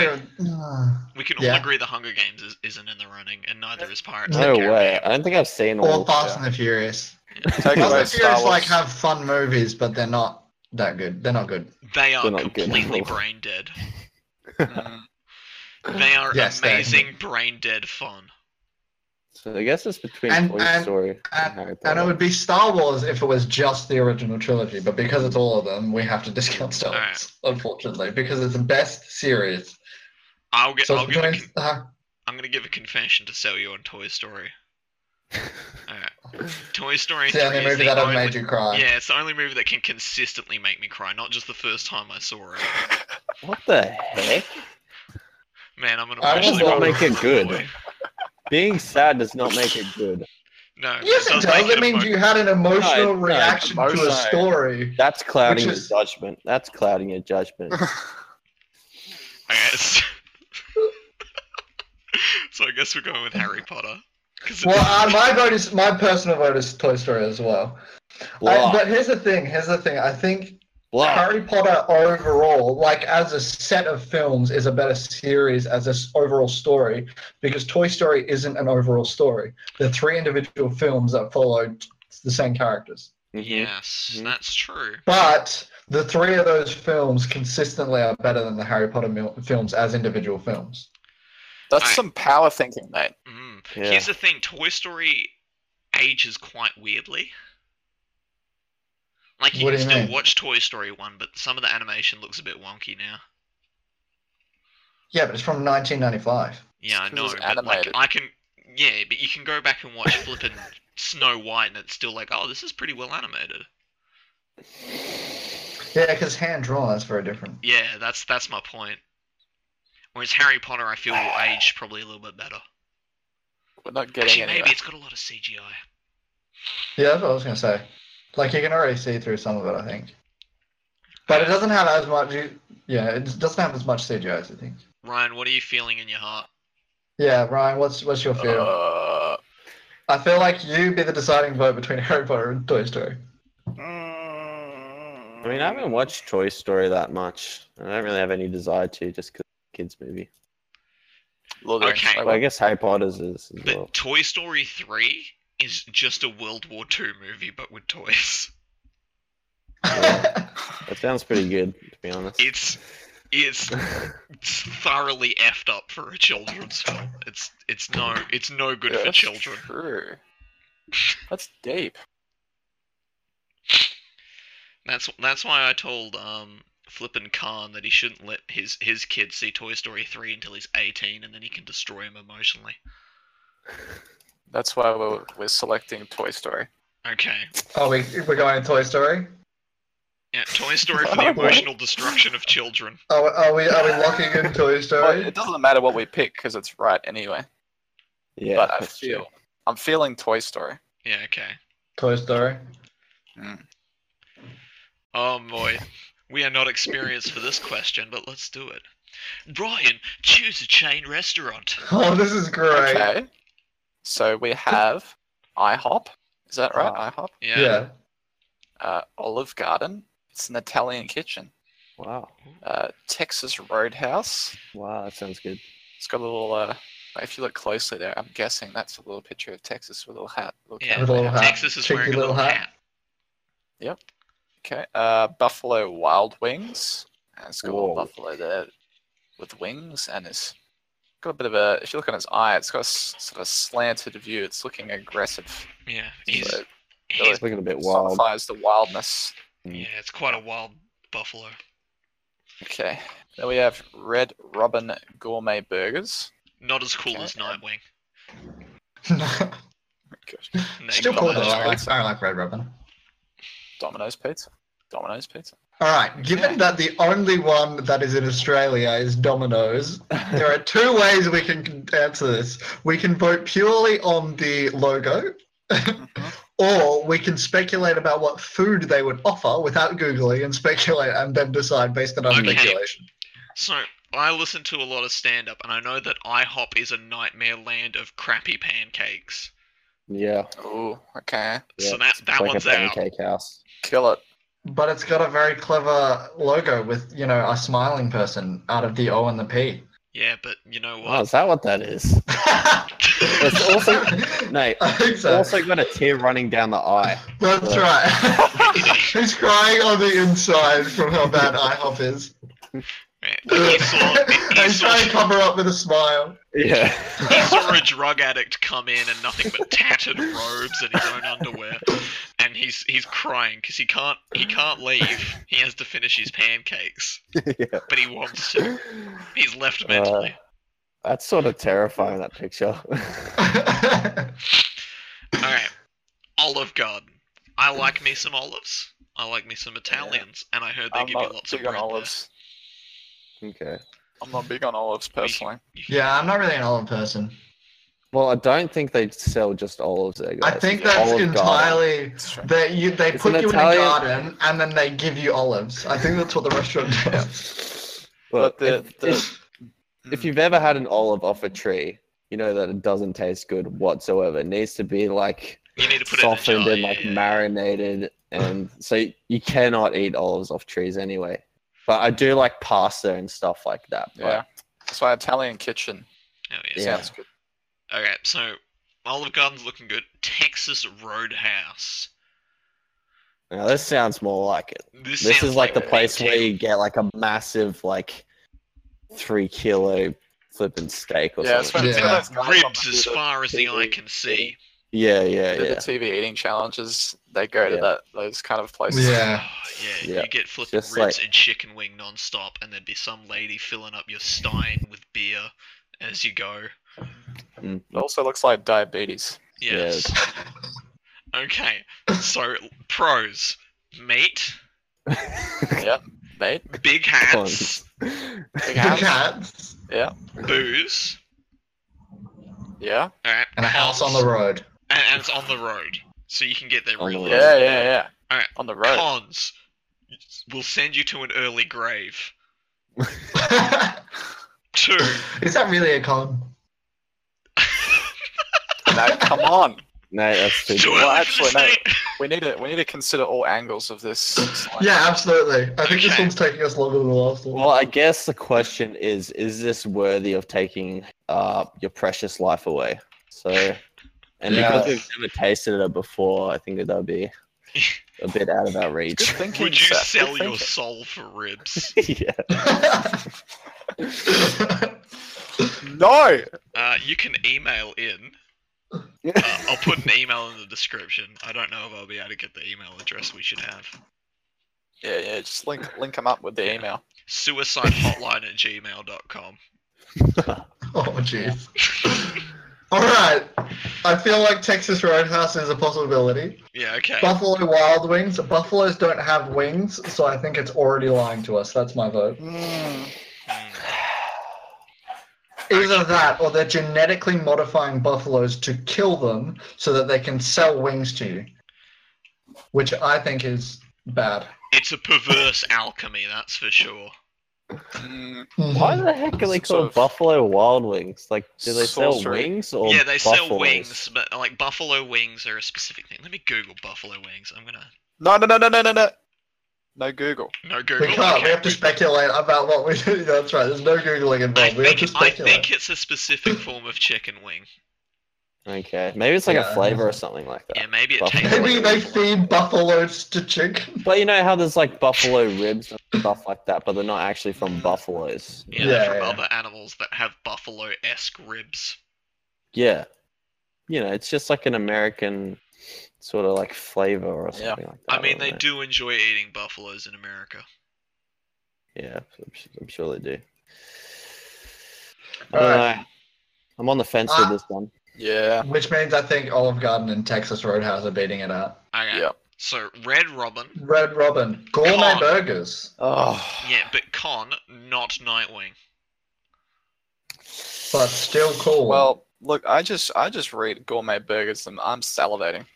Speaker 1: go. Uh,
Speaker 2: We can
Speaker 1: yeah.
Speaker 2: all agree the Hunger Games is, isn't in the running, and neither is Pirates.
Speaker 3: No
Speaker 2: of the
Speaker 3: way.
Speaker 2: Caribbean.
Speaker 3: I don't think I've seen all.
Speaker 1: or Fast and the Furious.
Speaker 4: Take
Speaker 1: Fast
Speaker 4: away
Speaker 1: and the
Speaker 4: Star
Speaker 1: Furious
Speaker 4: Wars.
Speaker 1: like have fun movies, but they're not that good. They're not good.
Speaker 2: They are
Speaker 3: They're not good at
Speaker 2: completely
Speaker 3: all.
Speaker 2: brain dead.
Speaker 4: Mm.
Speaker 2: They are
Speaker 1: Yes, they are.
Speaker 2: amazing brain dead fun.
Speaker 3: So I guess it's between
Speaker 1: And-
Speaker 3: Toy
Speaker 1: and-
Speaker 3: Story and,
Speaker 1: and-
Speaker 3: Harry Potter.
Speaker 1: And it would be Star Wars if it was just the original trilogy, but because it's all of them, we have to discount Star
Speaker 2: Alright.
Speaker 1: Wars, unfortunately, because it's the best series.
Speaker 2: I'll get.
Speaker 1: So
Speaker 2: I'll
Speaker 1: it's
Speaker 2: give a
Speaker 1: between,
Speaker 2: con-
Speaker 1: uh,
Speaker 2: I'm gonna give a confession to sell you on Toy Story. Alright. Toy Story
Speaker 1: it's the
Speaker 2: 3
Speaker 1: only
Speaker 2: is
Speaker 1: movie
Speaker 2: the
Speaker 1: that have
Speaker 2: only-
Speaker 1: made you cry.
Speaker 2: Yeah, it's the only movie that can consistently make me cry, not just the first time I saw it.
Speaker 3: what the heck?
Speaker 2: Man, I'm gonna
Speaker 1: I will
Speaker 2: actually
Speaker 1: not
Speaker 2: roll
Speaker 1: make
Speaker 2: a
Speaker 3: it good.
Speaker 2: boy.
Speaker 3: Being sad does not make it good.
Speaker 2: No,
Speaker 1: Yes, it does. It means you had an
Speaker 3: No,
Speaker 1: emotional
Speaker 3: no,
Speaker 1: reaction to
Speaker 3: emotional.
Speaker 1: a story.
Speaker 3: That's clouding
Speaker 1: Which is-
Speaker 3: your judgment. That's clouding your judgment.
Speaker 2: Yes. so I guess we're going with Harry Potter. 'Cause it-
Speaker 1: Well, uh, my vote is my personal vote is Toy Story as well. I-
Speaker 3: Blah,
Speaker 1: but here's the thing. Here's the thing. I think
Speaker 3: blah.
Speaker 1: Harry Potter overall, like as a set of films, is a better series as an overall story because Toy Story isn't an overall story. They're three individual films that follow the same characters.
Speaker 3: Mhm.
Speaker 2: yes,
Speaker 3: Mhm.
Speaker 2: that's true.
Speaker 1: But the three of those films consistently are better than the Harry Potter mil- films as individual films.
Speaker 4: That's
Speaker 2: Alright.
Speaker 4: some power thinking, mate.
Speaker 2: Mm.
Speaker 3: Yeah.
Speaker 2: Here's the thing: Toy Story ages quite weirdly. Like you
Speaker 1: What
Speaker 2: can
Speaker 1: do you
Speaker 2: still
Speaker 1: mean?
Speaker 2: watch Toy Story one, but some of the animation looks a bit wonky now.
Speaker 1: Yeah, but it's from 1995.
Speaker 2: Yeah, I
Speaker 4: It's 'cause
Speaker 2: know,
Speaker 4: it's
Speaker 2: but like
Speaker 4: animated.
Speaker 2: I can, yeah, but you can go back and watch flippin' Snow White, and it's still like, oh, this is pretty well animated.
Speaker 1: Yeah, because hand drawn that's very different.
Speaker 2: Yeah, that's that's my point. Whereas Harry Potter, I feel will age probably a little bit better.
Speaker 4: We're not getting
Speaker 2: Actually,
Speaker 4: anywhere.
Speaker 2: maybe it's got a lot of CGI.
Speaker 1: Yeah, that's what I was gonna say. Like you can already see through some of it, I think. But it doesn't have as much. Yeah, it doesn't have as much CGI as I think.
Speaker 2: Ryan, what are you feeling in your heart?
Speaker 1: Yeah, Ryan, what's what's your feel?
Speaker 4: Uh,
Speaker 1: I feel like you be the deciding vote between Harry Potter and Toy Story.
Speaker 3: I mean, I haven't watched Toy Story that much. I don't really have any desire to, just 'cause it's a kids movie.
Speaker 4: Lord of the Rings,
Speaker 2: Okay.
Speaker 4: I
Speaker 3: But
Speaker 4: will.
Speaker 3: I guess Harry Potter's is as
Speaker 2: But
Speaker 3: well.
Speaker 2: Toy Story three is just a World War II movie, but with toys.
Speaker 3: Yeah. That sounds pretty good, to be honest.
Speaker 2: It's it's thoroughly effed up for a children's film. It's it's no it's no good
Speaker 4: Yeah,
Speaker 2: for
Speaker 4: that's
Speaker 2: children.
Speaker 4: true. That's deep.
Speaker 2: That's that's why I told um flippin' Khan that he shouldn't let his his kids see Toy Story three until he's eighteen, and then he can destroy him emotionally.
Speaker 4: That's why we're, we're selecting Toy Story.
Speaker 2: Okay.
Speaker 1: Oh, we we're going to Toy Story.
Speaker 2: Yeah, Toy Story for the emotional destruction of children.
Speaker 1: Are, we- are we are we locking in Toy
Speaker 4: Well,
Speaker 1: Story?
Speaker 4: it doesn't matter what we pick because it's right anyway.
Speaker 3: Yeah,
Speaker 4: but I
Speaker 3: that's
Speaker 4: feel
Speaker 3: true.
Speaker 4: I'm feeling Toy Story.
Speaker 2: Yeah, okay.
Speaker 1: Toy Story.
Speaker 2: Oh boy. We are not experienced for this question, but let's do it. Brian, choose a chain restaurant.
Speaker 1: Oh, this is great.
Speaker 4: Okay. So we have IHOP. Is that right?
Speaker 3: Ah.
Speaker 4: IHOP.
Speaker 2: Yeah.
Speaker 1: Yeah.
Speaker 4: Uh, Olive Garden. It's an Italian kitchen.
Speaker 3: Wow,
Speaker 4: Uh, Texas Roadhouse.
Speaker 3: wow, that sounds good.
Speaker 4: It's got a little. Uh, if you look closely there, I'm guessing that's a little picture of Texas with a little hat. Little
Speaker 2: Yeah,
Speaker 4: cap
Speaker 1: With a little
Speaker 4: there.
Speaker 1: hat.
Speaker 2: Texas is
Speaker 1: Cheeky
Speaker 2: wearing a
Speaker 1: little
Speaker 2: little
Speaker 1: hat.
Speaker 2: hat.
Speaker 4: Okay. Uh, Buffalo Wild Wings. And it's got a little
Speaker 3: Whoa.
Speaker 4: buffalo there with wings, and it's got a bit of a. If you look on his eye, it's got a s- sort of slanted view. It's looking aggressive.
Speaker 2: Yeah. He's,
Speaker 4: So
Speaker 2: he's
Speaker 3: It's looking a bit wild.
Speaker 4: signifies the wildness.
Speaker 2: yeah, it's quite a wild buffalo.
Speaker 4: Okay. Then we have Red Robin Gourmet Burgers.
Speaker 2: Not as cool
Speaker 4: Okay.
Speaker 2: as Nightwing. Name
Speaker 1: Still
Speaker 2: of
Speaker 1: cool
Speaker 2: it.
Speaker 1: though. I like, I like Red Robin.
Speaker 4: Domino's Pizza. Domino's Pizza.
Speaker 1: All right. Given that the only one that is in Australia is Domino's, there are two ways we can answer this. We can vote purely on the logo, or we can speculate about what food they would offer without googling and speculate, and then decide based on our
Speaker 2: Okay.
Speaker 1: speculation.
Speaker 2: So I listen to a lot of stand up and I know that IHOP is a nightmare land of crappy pancakes.
Speaker 3: Yeah,
Speaker 4: Ooh, okay.
Speaker 3: yeah,
Speaker 2: so that,
Speaker 3: it's
Speaker 2: that
Speaker 3: like
Speaker 2: one's
Speaker 3: a
Speaker 2: out.
Speaker 3: pancake house.
Speaker 4: Kill it.
Speaker 1: But it's got a very clever logo with you know a smiling person out of the O and the P.
Speaker 2: Yeah, but you know
Speaker 3: Wow,
Speaker 2: what?
Speaker 3: Oh, is that what that is? It's also no,
Speaker 1: I think so.
Speaker 3: also got a tear running down the eye.
Speaker 1: That's right. She's crying on the inside from how bad IHOP is.
Speaker 2: Yeah, He saw, he, he
Speaker 1: and trying to
Speaker 2: saw,
Speaker 1: cover up with a smile.
Speaker 3: Yeah,
Speaker 2: he saw a drug addict come in in nothing but tattered robes and his own underwear, and he's he's crying because he can't he can't leave. He has to finish his pancakes,
Speaker 3: yeah.
Speaker 2: but he wants to. He's
Speaker 4: Uh.
Speaker 2: left mentally.
Speaker 3: That's sort of terrifying. That picture.
Speaker 2: All right, Olive Garden. I like me some olives. I like me some Italians, and I heard they
Speaker 4: I'm
Speaker 2: give you
Speaker 4: not
Speaker 2: lots of
Speaker 4: big
Speaker 2: bread.
Speaker 4: on
Speaker 2: there.
Speaker 4: olives.
Speaker 3: okay.
Speaker 4: I'm not big on olives personally.
Speaker 1: yeah, I'm not really an olive person.
Speaker 3: Well, I don't think they sell just olives there, guys.
Speaker 1: I think
Speaker 3: It's
Speaker 1: that's
Speaker 3: Olive Garden.
Speaker 1: entirely
Speaker 4: That's right.
Speaker 1: that you they
Speaker 3: It's
Speaker 1: put
Speaker 3: an
Speaker 1: you
Speaker 3: Italian-
Speaker 1: in a garden and then they give you olives. I think that's what the restaurant does.
Speaker 3: Look,
Speaker 4: But the-
Speaker 3: if,
Speaker 4: the-
Speaker 3: if, if you've ever had an olive off a tree, you know that it doesn't taste good whatsoever. It needs to be like
Speaker 2: You need to put it in a
Speaker 3: softened
Speaker 2: jar.
Speaker 3: and
Speaker 2: yeah,
Speaker 3: like
Speaker 2: yeah, yeah.
Speaker 3: marinated, and so you cannot eat olives off trees anyway. But I do like pasta and stuff like that. But
Speaker 4: Yeah. That's why Italian kitchen
Speaker 2: Oh, yes.
Speaker 3: Yeah.
Speaker 4: sounds good.
Speaker 2: Okay, so Olive Garden's looking good. Texas Roadhouse.
Speaker 3: now this sounds more like it.
Speaker 2: This,
Speaker 3: This
Speaker 2: sounds
Speaker 3: is like the
Speaker 2: me
Speaker 3: place
Speaker 2: too.
Speaker 3: where you get like a massive like three kilo flipping steak or
Speaker 4: Yeah, it's
Speaker 3: something.
Speaker 4: one, it's one
Speaker 1: Yeah.
Speaker 4: of those guys on
Speaker 2: ribs
Speaker 4: the-
Speaker 2: as far as the eye
Speaker 4: TV.
Speaker 2: can see.
Speaker 3: Yeah, yeah,
Speaker 4: the,
Speaker 3: yeah.
Speaker 4: the TV eating challenges. They go to
Speaker 3: Yeah.
Speaker 4: that those kind of places.
Speaker 1: Yeah.
Speaker 2: Oh, yeah,
Speaker 3: Yeah,
Speaker 2: you get flipping
Speaker 3: just
Speaker 2: ribs
Speaker 3: like-
Speaker 2: and chicken wing non-stop, and there'd be some lady filling up your stein with beer as you go.
Speaker 3: Mm.
Speaker 4: It also looks like diabetes.
Speaker 2: Yes. okay, so pros: meat,
Speaker 4: Mate,
Speaker 2: big hats,
Speaker 4: big
Speaker 1: The
Speaker 4: house.
Speaker 1: cats
Speaker 2: booze.
Speaker 4: Yeah.
Speaker 2: All right,
Speaker 1: and a house on the
Speaker 2: road.
Speaker 1: road.
Speaker 2: And, and it's on the road, so you can get there
Speaker 3: On the
Speaker 2: really.
Speaker 3: road.
Speaker 4: Yeah, yeah, yeah.
Speaker 2: Alright.
Speaker 4: On the road.
Speaker 2: Cons: will send you to an early grave. Two.
Speaker 1: is that really a con?
Speaker 4: No, come on.
Speaker 3: No, that's too.
Speaker 2: Two
Speaker 4: Well,
Speaker 2: hours
Speaker 4: actually,
Speaker 2: for the
Speaker 4: no.
Speaker 2: state.
Speaker 4: We need to we need to consider all angles of this. slide.
Speaker 1: Yeah, absolutely. I think this
Speaker 2: Okay.
Speaker 1: one's taking us longer than the last one.
Speaker 3: Well, I guess the question is: Is this worthy of taking uh, your precious life away? So, and
Speaker 1: Yes.
Speaker 3: because we've never tasted it before, I think that would be a bit out of our
Speaker 4: Good
Speaker 3: reach.
Speaker 4: thinking,
Speaker 2: Would you
Speaker 4: Seth. Good
Speaker 2: sell your
Speaker 4: thinking.
Speaker 2: soul for ribs?
Speaker 3: yeah.
Speaker 4: No.
Speaker 2: Uh, you can email in. Uh, I'll put an email in the description. I don't know if I'll be able to get the email address we should have.
Speaker 4: Yeah, yeah. Just link link them up with the email.
Speaker 2: Suicidehotline at gmail.com.
Speaker 1: oh, jeez. All right. I feel like Texas Roadhouse is a possibility.
Speaker 2: Yeah, Yeah, okay.
Speaker 1: Buffalo Wild Wings. Buffaloes don't have wings, so I think it's already lying to us. That's my vote.
Speaker 2: Mm,
Speaker 1: Either that, or they're genetically modifying buffaloes to kill them so that they can sell wings to you, which I think is bad.
Speaker 2: It's a perverse alchemy, that's for sure.
Speaker 4: Mm,
Speaker 1: Mhm.
Speaker 3: Why the heck are they
Speaker 4: Some
Speaker 3: called
Speaker 4: sort of-
Speaker 3: Buffalo Wild Wings? Like, do they sell
Speaker 4: Sorcery.
Speaker 3: wings or
Speaker 2: yeah, they sell
Speaker 3: buffaloes?
Speaker 2: wings, but like buffalo wings are a specific thing. Let me Google buffalo wings. I'm gonna
Speaker 4: No, no, no, no, no, no, no. No Google.
Speaker 2: no Google.
Speaker 1: We can't.
Speaker 2: okay,
Speaker 1: We have to
Speaker 2: Google.
Speaker 1: speculate about what we do. That's right. There's no googling
Speaker 2: I
Speaker 1: involved. We have
Speaker 2: think,
Speaker 1: to
Speaker 2: I
Speaker 1: speculate.
Speaker 2: think it's a specific form of chicken wing.
Speaker 3: Okay, maybe it's like
Speaker 1: Yeah.
Speaker 3: a flavor or something like that.
Speaker 2: Yeah, maybe it
Speaker 3: Buffalo
Speaker 2: tastes.
Speaker 1: Maybe
Speaker 2: like
Speaker 1: they
Speaker 2: buffalo.
Speaker 1: feed buffaloes to chicken.
Speaker 3: But you know how there's like buffalo ribs and stuff like that, but they're not actually from buffaloes.
Speaker 2: Yeah, they're
Speaker 1: Yeah,
Speaker 2: from
Speaker 1: yeah.
Speaker 2: other animals that have buffalo-esque ribs.
Speaker 3: Yeah, you know, it's just like an American sort of like flavor or
Speaker 4: Yeah.
Speaker 3: something like that.
Speaker 2: I mean,
Speaker 3: don't
Speaker 2: they
Speaker 3: know.
Speaker 2: do enjoy eating buffaloes in America.
Speaker 3: Yeah, I'm, su- I'm sure they do. I
Speaker 1: All
Speaker 3: don't
Speaker 1: right.
Speaker 3: know. I'm on the fence
Speaker 1: Ah.
Speaker 3: with this one.
Speaker 4: Yeah.
Speaker 1: Which means I think Olive Garden and Texas Roadhouse are beating it out.
Speaker 2: Okay.
Speaker 4: Yeah.
Speaker 2: So Red Robin,
Speaker 1: Red Robin, gourmet
Speaker 2: Con.
Speaker 1: burgers.
Speaker 3: Oh,
Speaker 2: yeah, but con, not Nightwing.
Speaker 1: but still cool.
Speaker 4: Well, look, I just I just read gourmet burgers and I'm salivating.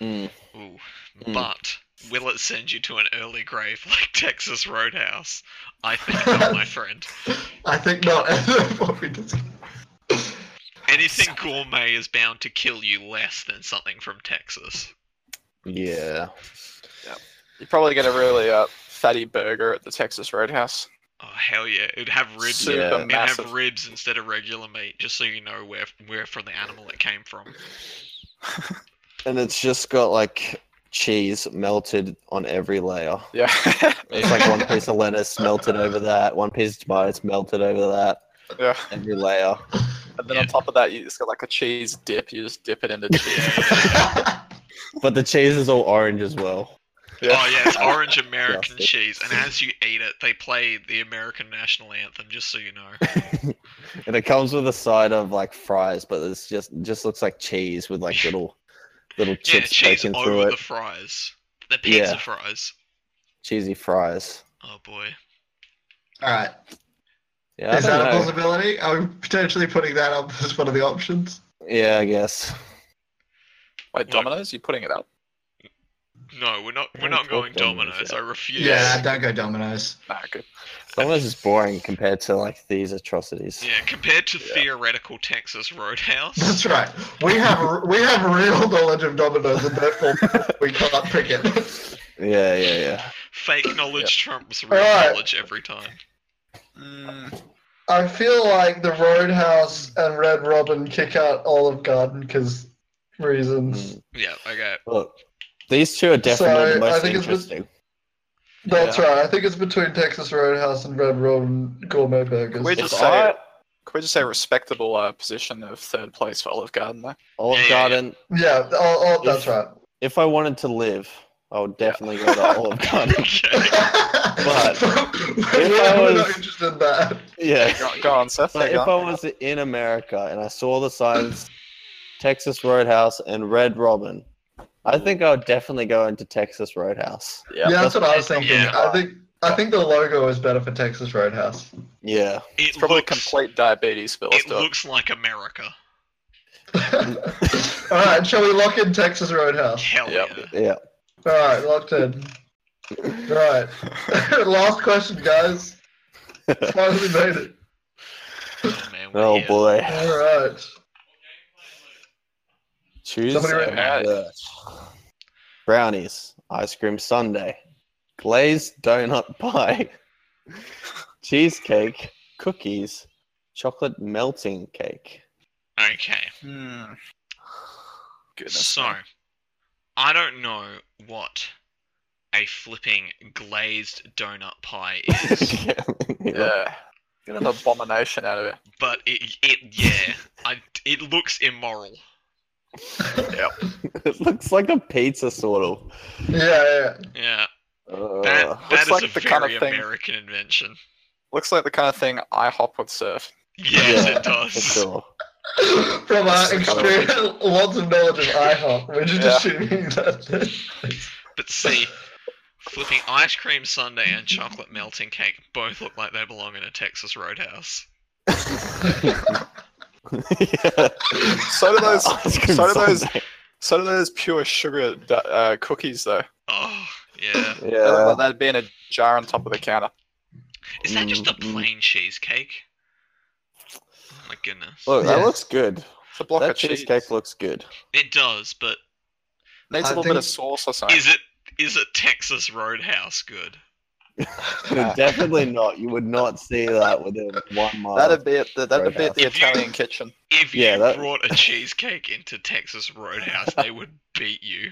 Speaker 3: Mm.
Speaker 2: Ooh,
Speaker 3: Mm.
Speaker 2: but will it send you to an early grave like Texas Roadhouse? I think not, my friend.
Speaker 1: I think not. What we just-
Speaker 2: Anything gourmet is bound to kill you less than something from Texas.
Speaker 3: yeah.
Speaker 4: You probably get a really uh, fatty burger at the Texas Roadhouse.
Speaker 2: Oh hell yeah! It'd have ribs.
Speaker 4: Super
Speaker 3: Yeah.
Speaker 2: It'd
Speaker 4: massive.
Speaker 2: have ribs instead of regular meat, just so you know where where from the animal it came from.
Speaker 3: And it's just got like cheese melted on every layer.
Speaker 4: Yeah.
Speaker 3: It's like one piece of lettuce melted over that, one piece of tomatoes melted over that,
Speaker 4: yeah.
Speaker 3: every layer.
Speaker 4: And then
Speaker 2: Yeah.
Speaker 4: on top of that, you just got like a cheese dip. You just dip it into cheese.
Speaker 3: But the cheese is all orange as well.
Speaker 2: Oh yeah, it's orange American
Speaker 3: Disgusting.
Speaker 2: cheese, and as you eat it, they play the American national anthem. Just so you know.
Speaker 3: And it comes with a side of like fries, but it's just just looks like cheese with like little little
Speaker 2: Yeah,
Speaker 3: chips
Speaker 2: cheese
Speaker 3: taken through
Speaker 2: over
Speaker 3: it.
Speaker 2: the fries, the pizza
Speaker 3: Yeah.
Speaker 2: fries.
Speaker 3: Cheesy fries.
Speaker 2: Oh boy.
Speaker 1: All right.
Speaker 3: Yeah, I
Speaker 1: Is that a
Speaker 3: don't know.
Speaker 1: possibility? Are we potentially putting that up as one of the options?
Speaker 3: yeah, I guess.
Speaker 4: Wait, Domino's? You putting it up?
Speaker 2: No, we're not. We're
Speaker 3: Don't
Speaker 2: not
Speaker 3: talk
Speaker 2: going
Speaker 3: Domino's
Speaker 2: Domino's.
Speaker 3: yet.
Speaker 2: I refuse.
Speaker 1: Yeah, don't go Domino's.
Speaker 4: Nah, good.
Speaker 3: Domino's is boring compared to like these atrocities.
Speaker 2: Yeah, compared to theoretical Texas Roadhouse,
Speaker 1: That's right. We have we have real knowledge of Domino's, and therefore we can't pick it.
Speaker 3: Yeah, yeah, yeah.
Speaker 2: fake knowledge trumps real
Speaker 1: Alright.
Speaker 2: knowledge every time.
Speaker 4: Mm,
Speaker 1: I feel like the Roadhouse and Red Robin kick out Olive Garden because reasons.
Speaker 3: Mm.
Speaker 2: Yeah. Okay.
Speaker 3: Look, these two are definitely
Speaker 1: So,
Speaker 3: the
Speaker 1: I
Speaker 3: most
Speaker 1: think it's just-
Speaker 3: interesting.
Speaker 1: That's
Speaker 4: Yeah.
Speaker 1: right. I think it's between Texas Roadhouse and Red Robin gourmet burgers.
Speaker 4: We
Speaker 3: If
Speaker 4: just say
Speaker 3: I-
Speaker 4: Can we just say respectable uh, position of third place for Olive Garden though?
Speaker 3: Olive
Speaker 2: Yeah, yeah, yeah.
Speaker 3: Garden.
Speaker 1: yeah, oh, oh, that's
Speaker 3: If-
Speaker 1: right.
Speaker 3: If I wanted to live, I would definitely go to Olive Garden.
Speaker 2: Okay.
Speaker 3: But
Speaker 1: we're, we're not
Speaker 3: was-
Speaker 1: interested in that.
Speaker 3: Yeah.
Speaker 4: Go, go on, Seth.
Speaker 3: But
Speaker 4: there you
Speaker 3: if
Speaker 4: go.
Speaker 3: I was in America and I saw the signs Texas Roadhouse and Red Robin, I think I would definitely go into Texas Roadhouse.
Speaker 1: Yeah, that's what I was
Speaker 4: Yeah.
Speaker 1: thinking. I think I think the logo is better for Texas Roadhouse.
Speaker 3: Yeah.
Speaker 2: It
Speaker 4: It's probably
Speaker 2: looks.
Speaker 4: complete diabetes, but let's
Speaker 2: It
Speaker 4: do it.
Speaker 2: looks like America.
Speaker 1: All right, shall we lock in Texas Roadhouse?
Speaker 2: Hell
Speaker 4: Yep.
Speaker 2: yeah.
Speaker 3: Yeah.
Speaker 1: All right, locked in. All right, last question, guys. Finally made it.
Speaker 2: Oh man. we're
Speaker 3: Oh
Speaker 2: here.
Speaker 3: boy.
Speaker 1: All right.
Speaker 3: Choose
Speaker 1: Somebody write
Speaker 3: a
Speaker 4: that.
Speaker 3: dessert. brownies, ice cream sundae, glazed donut pie, cheesecake, cookies, chocolate melting cake.
Speaker 2: Okay.
Speaker 4: Hmm. Goodness.
Speaker 2: So, I don't know what a flipping glazed donut pie is,
Speaker 4: Yeah. Get an abomination out of it.
Speaker 2: but it, it yeah, I, it looks immoral.
Speaker 3: It looks like a pizza, sort of.
Speaker 1: Yeah,
Speaker 2: Yeah,
Speaker 3: Uh,
Speaker 2: that, that is
Speaker 4: like
Speaker 2: a
Speaker 4: the
Speaker 2: very
Speaker 4: kind of thing-
Speaker 2: American invention.
Speaker 4: Looks like the kind of thing IHOP would serve.
Speaker 2: Yes,
Speaker 3: Yeah,
Speaker 2: it
Speaker 3: for
Speaker 2: does.
Speaker 3: sure.
Speaker 1: yeah. From our
Speaker 4: That's the colour
Speaker 1: experience, lots of knowledge of IHOP, we're just
Speaker 4: Yeah.
Speaker 1: assuming that.
Speaker 2: But see, flipping ice cream sundae and chocolate melting cake both look like they belong in a Texas roadhouse.
Speaker 3: yeah.
Speaker 4: So do those.
Speaker 3: Ice cream
Speaker 4: so do those-
Speaker 3: sundae.
Speaker 4: so do those pure sugar du- uh, cookies though.
Speaker 2: Oh, yeah.
Speaker 4: They look
Speaker 3: Yeah.
Speaker 4: like that'd be in a jar on top of the counter.
Speaker 2: Is that just a
Speaker 3: Mm, mm.
Speaker 2: plain cheesecake? Oh my goodness.
Speaker 3: Look,
Speaker 1: Yeah.
Speaker 3: that looks good.
Speaker 4: It's a block
Speaker 3: that
Speaker 4: of cheese.
Speaker 3: cheesecake looks good.
Speaker 2: It does, but
Speaker 4: Needs
Speaker 1: I
Speaker 4: a little bit of
Speaker 1: think-
Speaker 4: sauce or something.
Speaker 2: is it is it Texas Roadhouse good?
Speaker 4: Nah.
Speaker 3: Definitely not. You would not see that within one mile.
Speaker 4: That'd be at the, that'd be at the
Speaker 2: Roadhouse.
Speaker 4: Italian kitchen.
Speaker 2: If
Speaker 3: Yeah,
Speaker 2: you
Speaker 3: that-
Speaker 2: brought a cheesecake into Texas Roadhouse, they would beat you.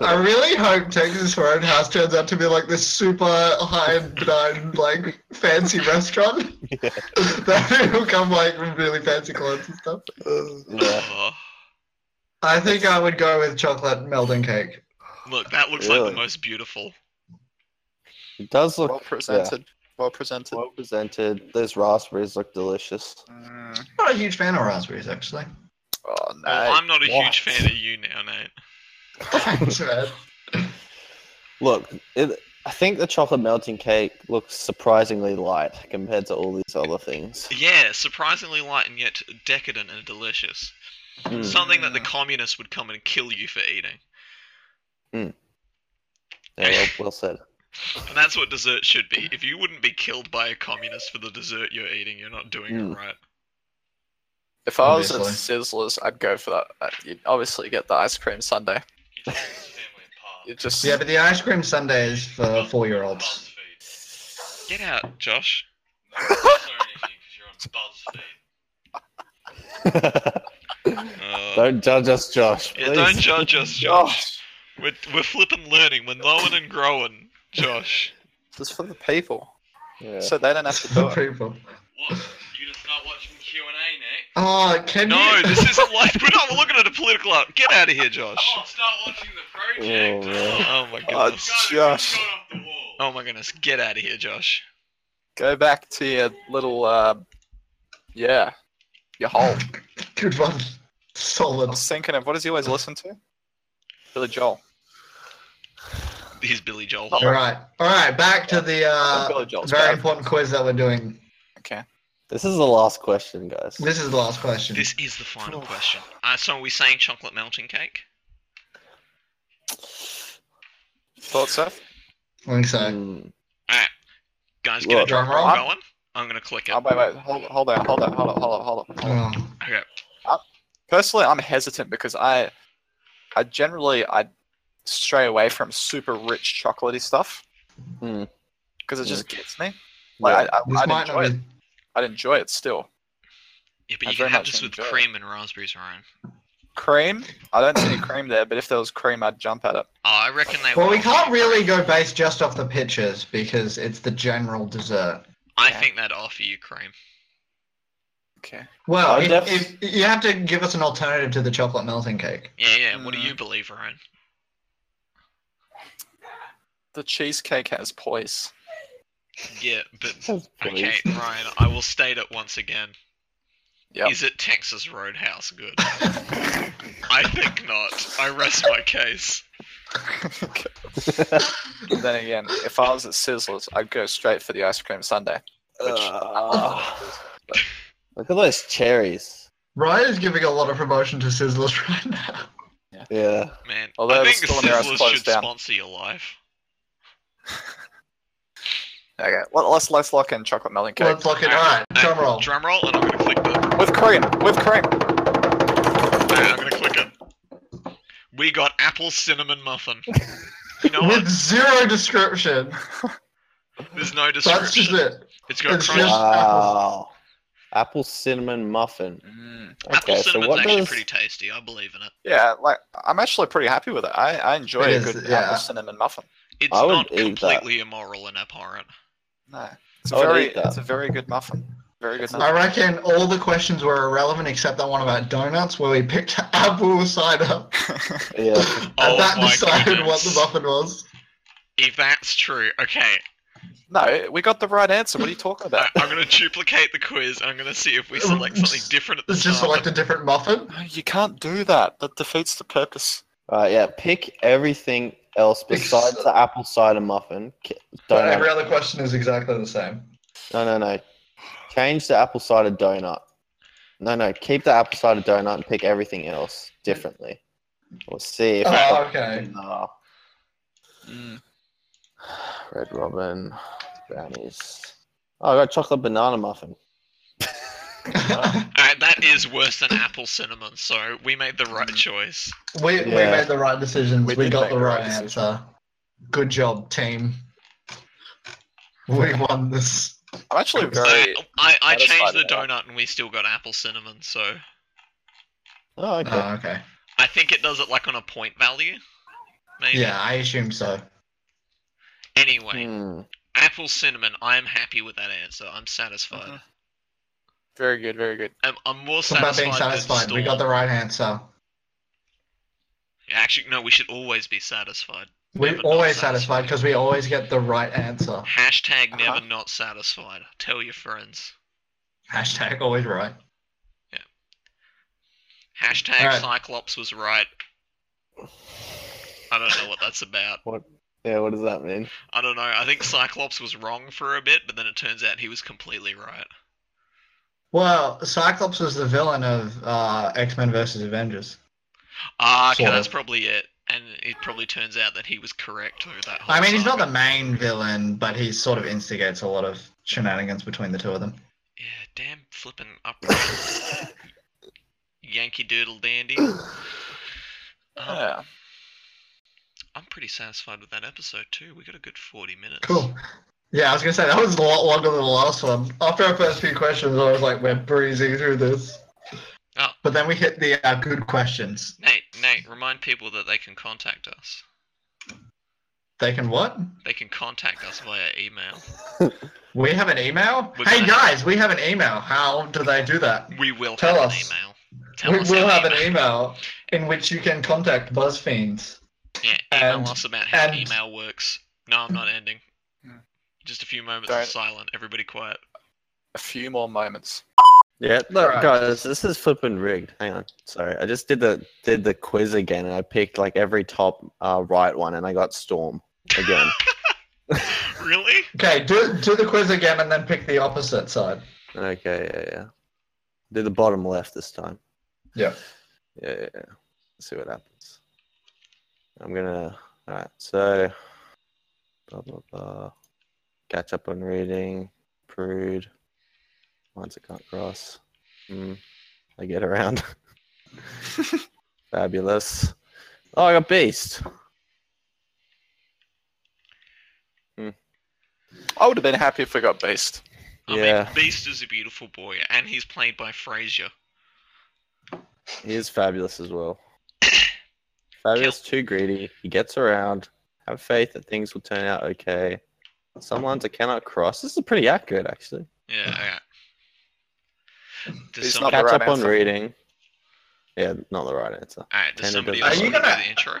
Speaker 1: I really hope Texas Roadhouse turns out to be like this super high and benign, like fancy restaurant.
Speaker 3: Yeah.
Speaker 1: that will come like with really fancy clothes and stuff.
Speaker 3: yeah.
Speaker 2: Oh,
Speaker 1: I think I would go with chocolate melting cake.
Speaker 2: look, that looks like
Speaker 3: Really?
Speaker 2: the most beautiful.
Speaker 3: It does look
Speaker 4: Well presented. Well presented.
Speaker 3: well presented. Those raspberries look delicious.
Speaker 4: Mm.
Speaker 1: Not a huge fan of raspberries, actually.
Speaker 4: Oh no.
Speaker 2: Well, I'm not a
Speaker 3: what?
Speaker 2: huge fan of you now, Nate.
Speaker 1: Thanks, man.
Speaker 3: Look, it, I think the chocolate melting cake looks surprisingly light compared to all these other things.
Speaker 2: Yeah, surprisingly light and yet decadent and delicious.
Speaker 3: Mm.
Speaker 2: Something that the
Speaker 4: Mm.
Speaker 2: communists would come and kill you for eating.
Speaker 3: Yeah, well, well said.
Speaker 2: And that's what dessert should be. If you wouldn't be killed by a communist for the dessert you're eating, you're not doing
Speaker 3: Mm.
Speaker 2: it right.
Speaker 4: If I was at
Speaker 1: Obviously.
Speaker 4: Sizzlers, I'd go for that. Uh, You'd obviously get the ice cream sundae. It just
Speaker 1: Yeah, but the ice cream sundae is for four year olds.
Speaker 2: Get out, Josh. Uh, Uh,
Speaker 3: don't judge us, Josh.
Speaker 2: yeah, don't
Speaker 3: please.
Speaker 2: judge us, Josh.
Speaker 4: Josh,
Speaker 2: We're, we're flipping learning. We're knowing and growing, Josh.
Speaker 4: it's for the people,
Speaker 3: Yeah.
Speaker 4: so they don't have to do
Speaker 1: For
Speaker 4: it.
Speaker 1: people.
Speaker 2: What? You just not watching Q and A, Nick?
Speaker 1: Oh, can
Speaker 2: No,
Speaker 1: you?
Speaker 2: this isn't like we're not looking at a political up. Get out of here, Josh.
Speaker 5: start watching the
Speaker 3: project. Oh, man.
Speaker 2: Oh my
Speaker 4: Oh,
Speaker 2: goodness.
Speaker 4: Josh,
Speaker 2: Oh my goodness. Get out of here, Josh.
Speaker 4: go back to your little, um, yeah, your hole.
Speaker 1: Good one.
Speaker 4: I
Speaker 1: Solid.
Speaker 4: was thinking of what does he always listen to? Billy Joel.
Speaker 2: He's Billy Joel.
Speaker 4: Oh.
Speaker 1: All right. All right. Back to the uh,
Speaker 4: Billy Joel's
Speaker 1: very
Speaker 4: bad.
Speaker 1: important quiz that we're doing.
Speaker 4: Okay.
Speaker 3: This is the last question, guys.
Speaker 1: This is the last question.
Speaker 2: This is the
Speaker 4: Oh.
Speaker 2: final question. Uh, so are we saying chocolate melting cake?
Speaker 4: Thought so.
Speaker 1: I think so.
Speaker 3: Mm.
Speaker 2: Guys, get a
Speaker 3: Look,
Speaker 2: drum roll
Speaker 4: I'm-
Speaker 2: going. I'm gonna click it.
Speaker 4: Oh, wait, wait, hold, hold on, hold on, hold on, hold on, hold on.
Speaker 1: Oh.
Speaker 2: Okay.
Speaker 4: Personally, I'm hesitant because I, I generally I stray away from super rich chocolatey stuff Hmm.
Speaker 3: Mm.
Speaker 4: because it just gets me.
Speaker 3: Yeah.
Speaker 4: Like I,
Speaker 1: This
Speaker 4: I, I'd
Speaker 1: might
Speaker 4: enjoy
Speaker 1: not
Speaker 4: it.
Speaker 1: be.
Speaker 4: I'd enjoy it still.
Speaker 2: Yeah, but
Speaker 4: I
Speaker 2: you
Speaker 4: very
Speaker 2: can have
Speaker 4: much
Speaker 2: this with
Speaker 4: enjoy it.
Speaker 2: cream and raspberries, Ryan.
Speaker 4: Cream? I don't see any cream there, but if there was cream, I'd jump at it.
Speaker 2: Oh, I reckon they.
Speaker 1: Well, we
Speaker 2: will.
Speaker 1: can't really go based just off the pictures because it's the general dessert.
Speaker 2: I think they'd offer you cream.
Speaker 4: Okay.
Speaker 1: Well,
Speaker 3: I'd
Speaker 1: if,
Speaker 3: def-
Speaker 1: if, you have to give us an alternative to the chocolate melting cake.
Speaker 2: Yeah, yeah. What do
Speaker 4: Mm.
Speaker 2: you believe, Ryan?
Speaker 4: The cheesecake has poise.
Speaker 2: Yeah, but
Speaker 3: Please.
Speaker 2: okay, Ryan. I will state it once again.
Speaker 4: Yep.
Speaker 2: Is it Texas Roadhouse good? I think not. I rest my case.
Speaker 4: then again, if I was at Sizzlers, I'd go straight for the ice cream sundae.
Speaker 3: Ah. look at those cherries.
Speaker 1: Ryan is giving a lot of promotion to Sizzlers right now.
Speaker 3: Yeah.
Speaker 2: Man,
Speaker 4: Although
Speaker 2: I
Speaker 4: the
Speaker 2: think
Speaker 4: store near us
Speaker 2: Sizzlers
Speaker 4: closed
Speaker 2: should
Speaker 4: down.
Speaker 2: sponsor your life.
Speaker 4: Okay, well, let's let's lock in chocolate melon cake
Speaker 1: Let's look at all right. Drum roll.
Speaker 2: Drum roll, and I'm gonna click the.
Speaker 4: with cream. With cream.
Speaker 2: Alright, I'm gonna click it. We got apple cinnamon muffin. You know what?
Speaker 1: With zero description.
Speaker 2: There's no
Speaker 1: That's just
Speaker 2: description.
Speaker 1: it.
Speaker 2: It's got
Speaker 1: It's
Speaker 2: crunch.
Speaker 1: just-
Speaker 3: Wow. Apple cinnamon muffin.
Speaker 2: Apple
Speaker 3: Okay, so
Speaker 2: cinnamon's
Speaker 3: what
Speaker 2: actually
Speaker 3: does
Speaker 2: pretty tasty. I believe in it.
Speaker 4: Yeah, like I'm actually pretty happy with it. I, I enjoy
Speaker 1: It
Speaker 4: a
Speaker 1: is,
Speaker 4: good
Speaker 1: yeah.
Speaker 4: apple cinnamon muffin.
Speaker 2: It's
Speaker 3: I would
Speaker 2: not
Speaker 3: eat that.
Speaker 2: completely immoral and abhorrent.
Speaker 4: No, it's a
Speaker 3: I would
Speaker 4: very
Speaker 3: eat that.
Speaker 4: it's a very good muffin. Very good
Speaker 1: I
Speaker 4: muffin.
Speaker 1: reckon all the questions were irrelevant except that one about donuts where we picked apple cider.
Speaker 3: Yeah.
Speaker 1: and
Speaker 2: Oh
Speaker 1: that
Speaker 2: my
Speaker 1: decided what
Speaker 2: goodness.
Speaker 1: the muffin was.
Speaker 2: If that's true, okay.
Speaker 4: No, we got the right answer. What are you talking about?
Speaker 2: I, I'm gonna duplicate the quiz. I'm gonna see if we select something different at the
Speaker 1: Let's just
Speaker 2: start.
Speaker 1: select a different muffin.
Speaker 4: No, you can't do that. That defeats the purpose.
Speaker 3: Alright, yeah. Pick everything else besides the apple cider muffin. K- Donut.
Speaker 1: Every other question is exactly the same.
Speaker 3: No, no, no. Change the apple cider donut. No, no. Keep the apple cider donut and pick everything else differently. We'll see if.
Speaker 1: Oh, okay.
Speaker 3: Nah. Red Robin, brownies. Oh, I got chocolate banana muffin.
Speaker 2: Alright, Uh, that is worse than apple cinnamon. So we made the right
Speaker 1: Mm-hmm.
Speaker 2: choice.
Speaker 1: we, we
Speaker 3: Yeah.
Speaker 1: made the right decisions.
Speaker 4: We
Speaker 1: We,
Speaker 4: did
Speaker 1: got
Speaker 4: make
Speaker 1: the
Speaker 4: the right
Speaker 1: right
Speaker 4: decision.
Speaker 1: answer. Good job, team. We won this.
Speaker 4: I'm actually
Speaker 2: So
Speaker 4: very.
Speaker 2: Uh, I, I
Speaker 4: satisfied
Speaker 2: changed the
Speaker 4: with that.
Speaker 2: donut and we still got apple cinnamon. So
Speaker 3: Oh, okay.
Speaker 1: Oh, okay.
Speaker 2: I think it does it like on a point value. Maybe.
Speaker 1: Yeah, I assume so.
Speaker 2: Anyway,
Speaker 3: Hmm.
Speaker 2: apple cinnamon. I am happy with that answer. I'm satisfied.
Speaker 4: Mhm. Very good, very good.
Speaker 2: I'm, I'm more
Speaker 1: What about
Speaker 2: satisfied,
Speaker 1: being satisfied?
Speaker 2: than
Speaker 1: We got the
Speaker 2: Storm.
Speaker 1: right answer.
Speaker 2: Actually, no. We should always be satisfied.
Speaker 1: We're
Speaker 2: Never not
Speaker 1: always
Speaker 2: satisfied.
Speaker 1: satisfied because we always get the right answer.
Speaker 2: Hashtag
Speaker 4: Uh-huh.
Speaker 2: never not satisfied. Tell your friends.
Speaker 1: Hashtag always right.
Speaker 2: Hashtag
Speaker 1: Alright.
Speaker 2: Cyclops was right. I don't know what that's about.
Speaker 3: Yeah, what does that mean?
Speaker 2: I don't know. I think Cyclops was wrong for a bit, but then it turns out he was completely right.
Speaker 1: Well, Cyclops was the villain of uh, X Men versus Avengers.
Speaker 2: Ah, okay,
Speaker 1: Sort
Speaker 2: that's
Speaker 1: of.
Speaker 2: probably it. And it probably turns out that he was correct through that whole
Speaker 1: I mean, he's not the
Speaker 2: saga.
Speaker 1: main villain, but he sort of instigates a lot of shenanigans between the two of them.
Speaker 2: Yeah, damn flipping upright Yankee Doodle Dandy. Um,
Speaker 4: Yeah.
Speaker 2: I'm pretty satisfied with that episode too. We got a good 40 minutes.
Speaker 1: Cool. Yeah, I was gonna say that was a lot longer than the last one. After our first few questions, I was like, we're breezing through this.
Speaker 2: Oh.
Speaker 1: But then we hit the uh, good questions.
Speaker 2: Nate, Nate, remind people that they can contact us.
Speaker 1: They can what?
Speaker 2: They can contact us via email.
Speaker 1: We have an email.
Speaker 2: We're
Speaker 1: hey
Speaker 2: gonna-
Speaker 1: guys, we have an email. How do they do that?
Speaker 2: We will
Speaker 1: Tell
Speaker 2: have
Speaker 1: us.
Speaker 2: an email. Tell
Speaker 1: we
Speaker 2: us
Speaker 1: will
Speaker 2: our
Speaker 1: have
Speaker 2: email.
Speaker 1: an email in which you can contact BuzzFiends.
Speaker 2: Yeah, email
Speaker 1: and-
Speaker 2: us about how
Speaker 1: and-
Speaker 2: email works. No, I'm not ending.
Speaker 4: Hmm.
Speaker 2: Just a few moments
Speaker 4: Don't-
Speaker 2: of silent. Everybody quiet.
Speaker 4: A few more moments.
Speaker 3: Yeah, look,
Speaker 1: Alright.
Speaker 3: guys, this is flipping rigged. Hang on, sorry. I just did the did the quiz again, and I picked like every top uh, right one, and I got storm again.
Speaker 2: really?
Speaker 1: Okay, do do the quiz again and then pick the opposite side.
Speaker 3: okay, yeah, yeah. Did the bottom left this time.
Speaker 1: Yeah.
Speaker 3: Yeah, yeah. yeah. Let's see what happens. I'm gonna. All right, so blah blah blah. Catch up on reading. Prude. Lines I can't cross. Mm, I get around. Fabulous. Oh, I got beast.
Speaker 4: I would have been happy if we got Beast.
Speaker 2: I
Speaker 3: Yeah.
Speaker 2: mean, Beast is a beautiful boy, and he's played by Frasier.
Speaker 3: He is fabulous as well. fabulous, too greedy. He gets around. Have faith that things will turn out okay. Some lines I cannot cross. This is pretty accurate, actually.
Speaker 2: Yeah. Okay. Does
Speaker 4: He's
Speaker 2: somebody,
Speaker 4: not
Speaker 3: Catch
Speaker 4: right
Speaker 3: up on
Speaker 4: answer.
Speaker 3: reading. Yeah, not the right answer.
Speaker 2: Alright, does
Speaker 3: Tanner
Speaker 2: uh, somebody
Speaker 3: doesn't-
Speaker 2: else
Speaker 1: Are you
Speaker 2: wanna do
Speaker 1: gonna-
Speaker 2: the intro?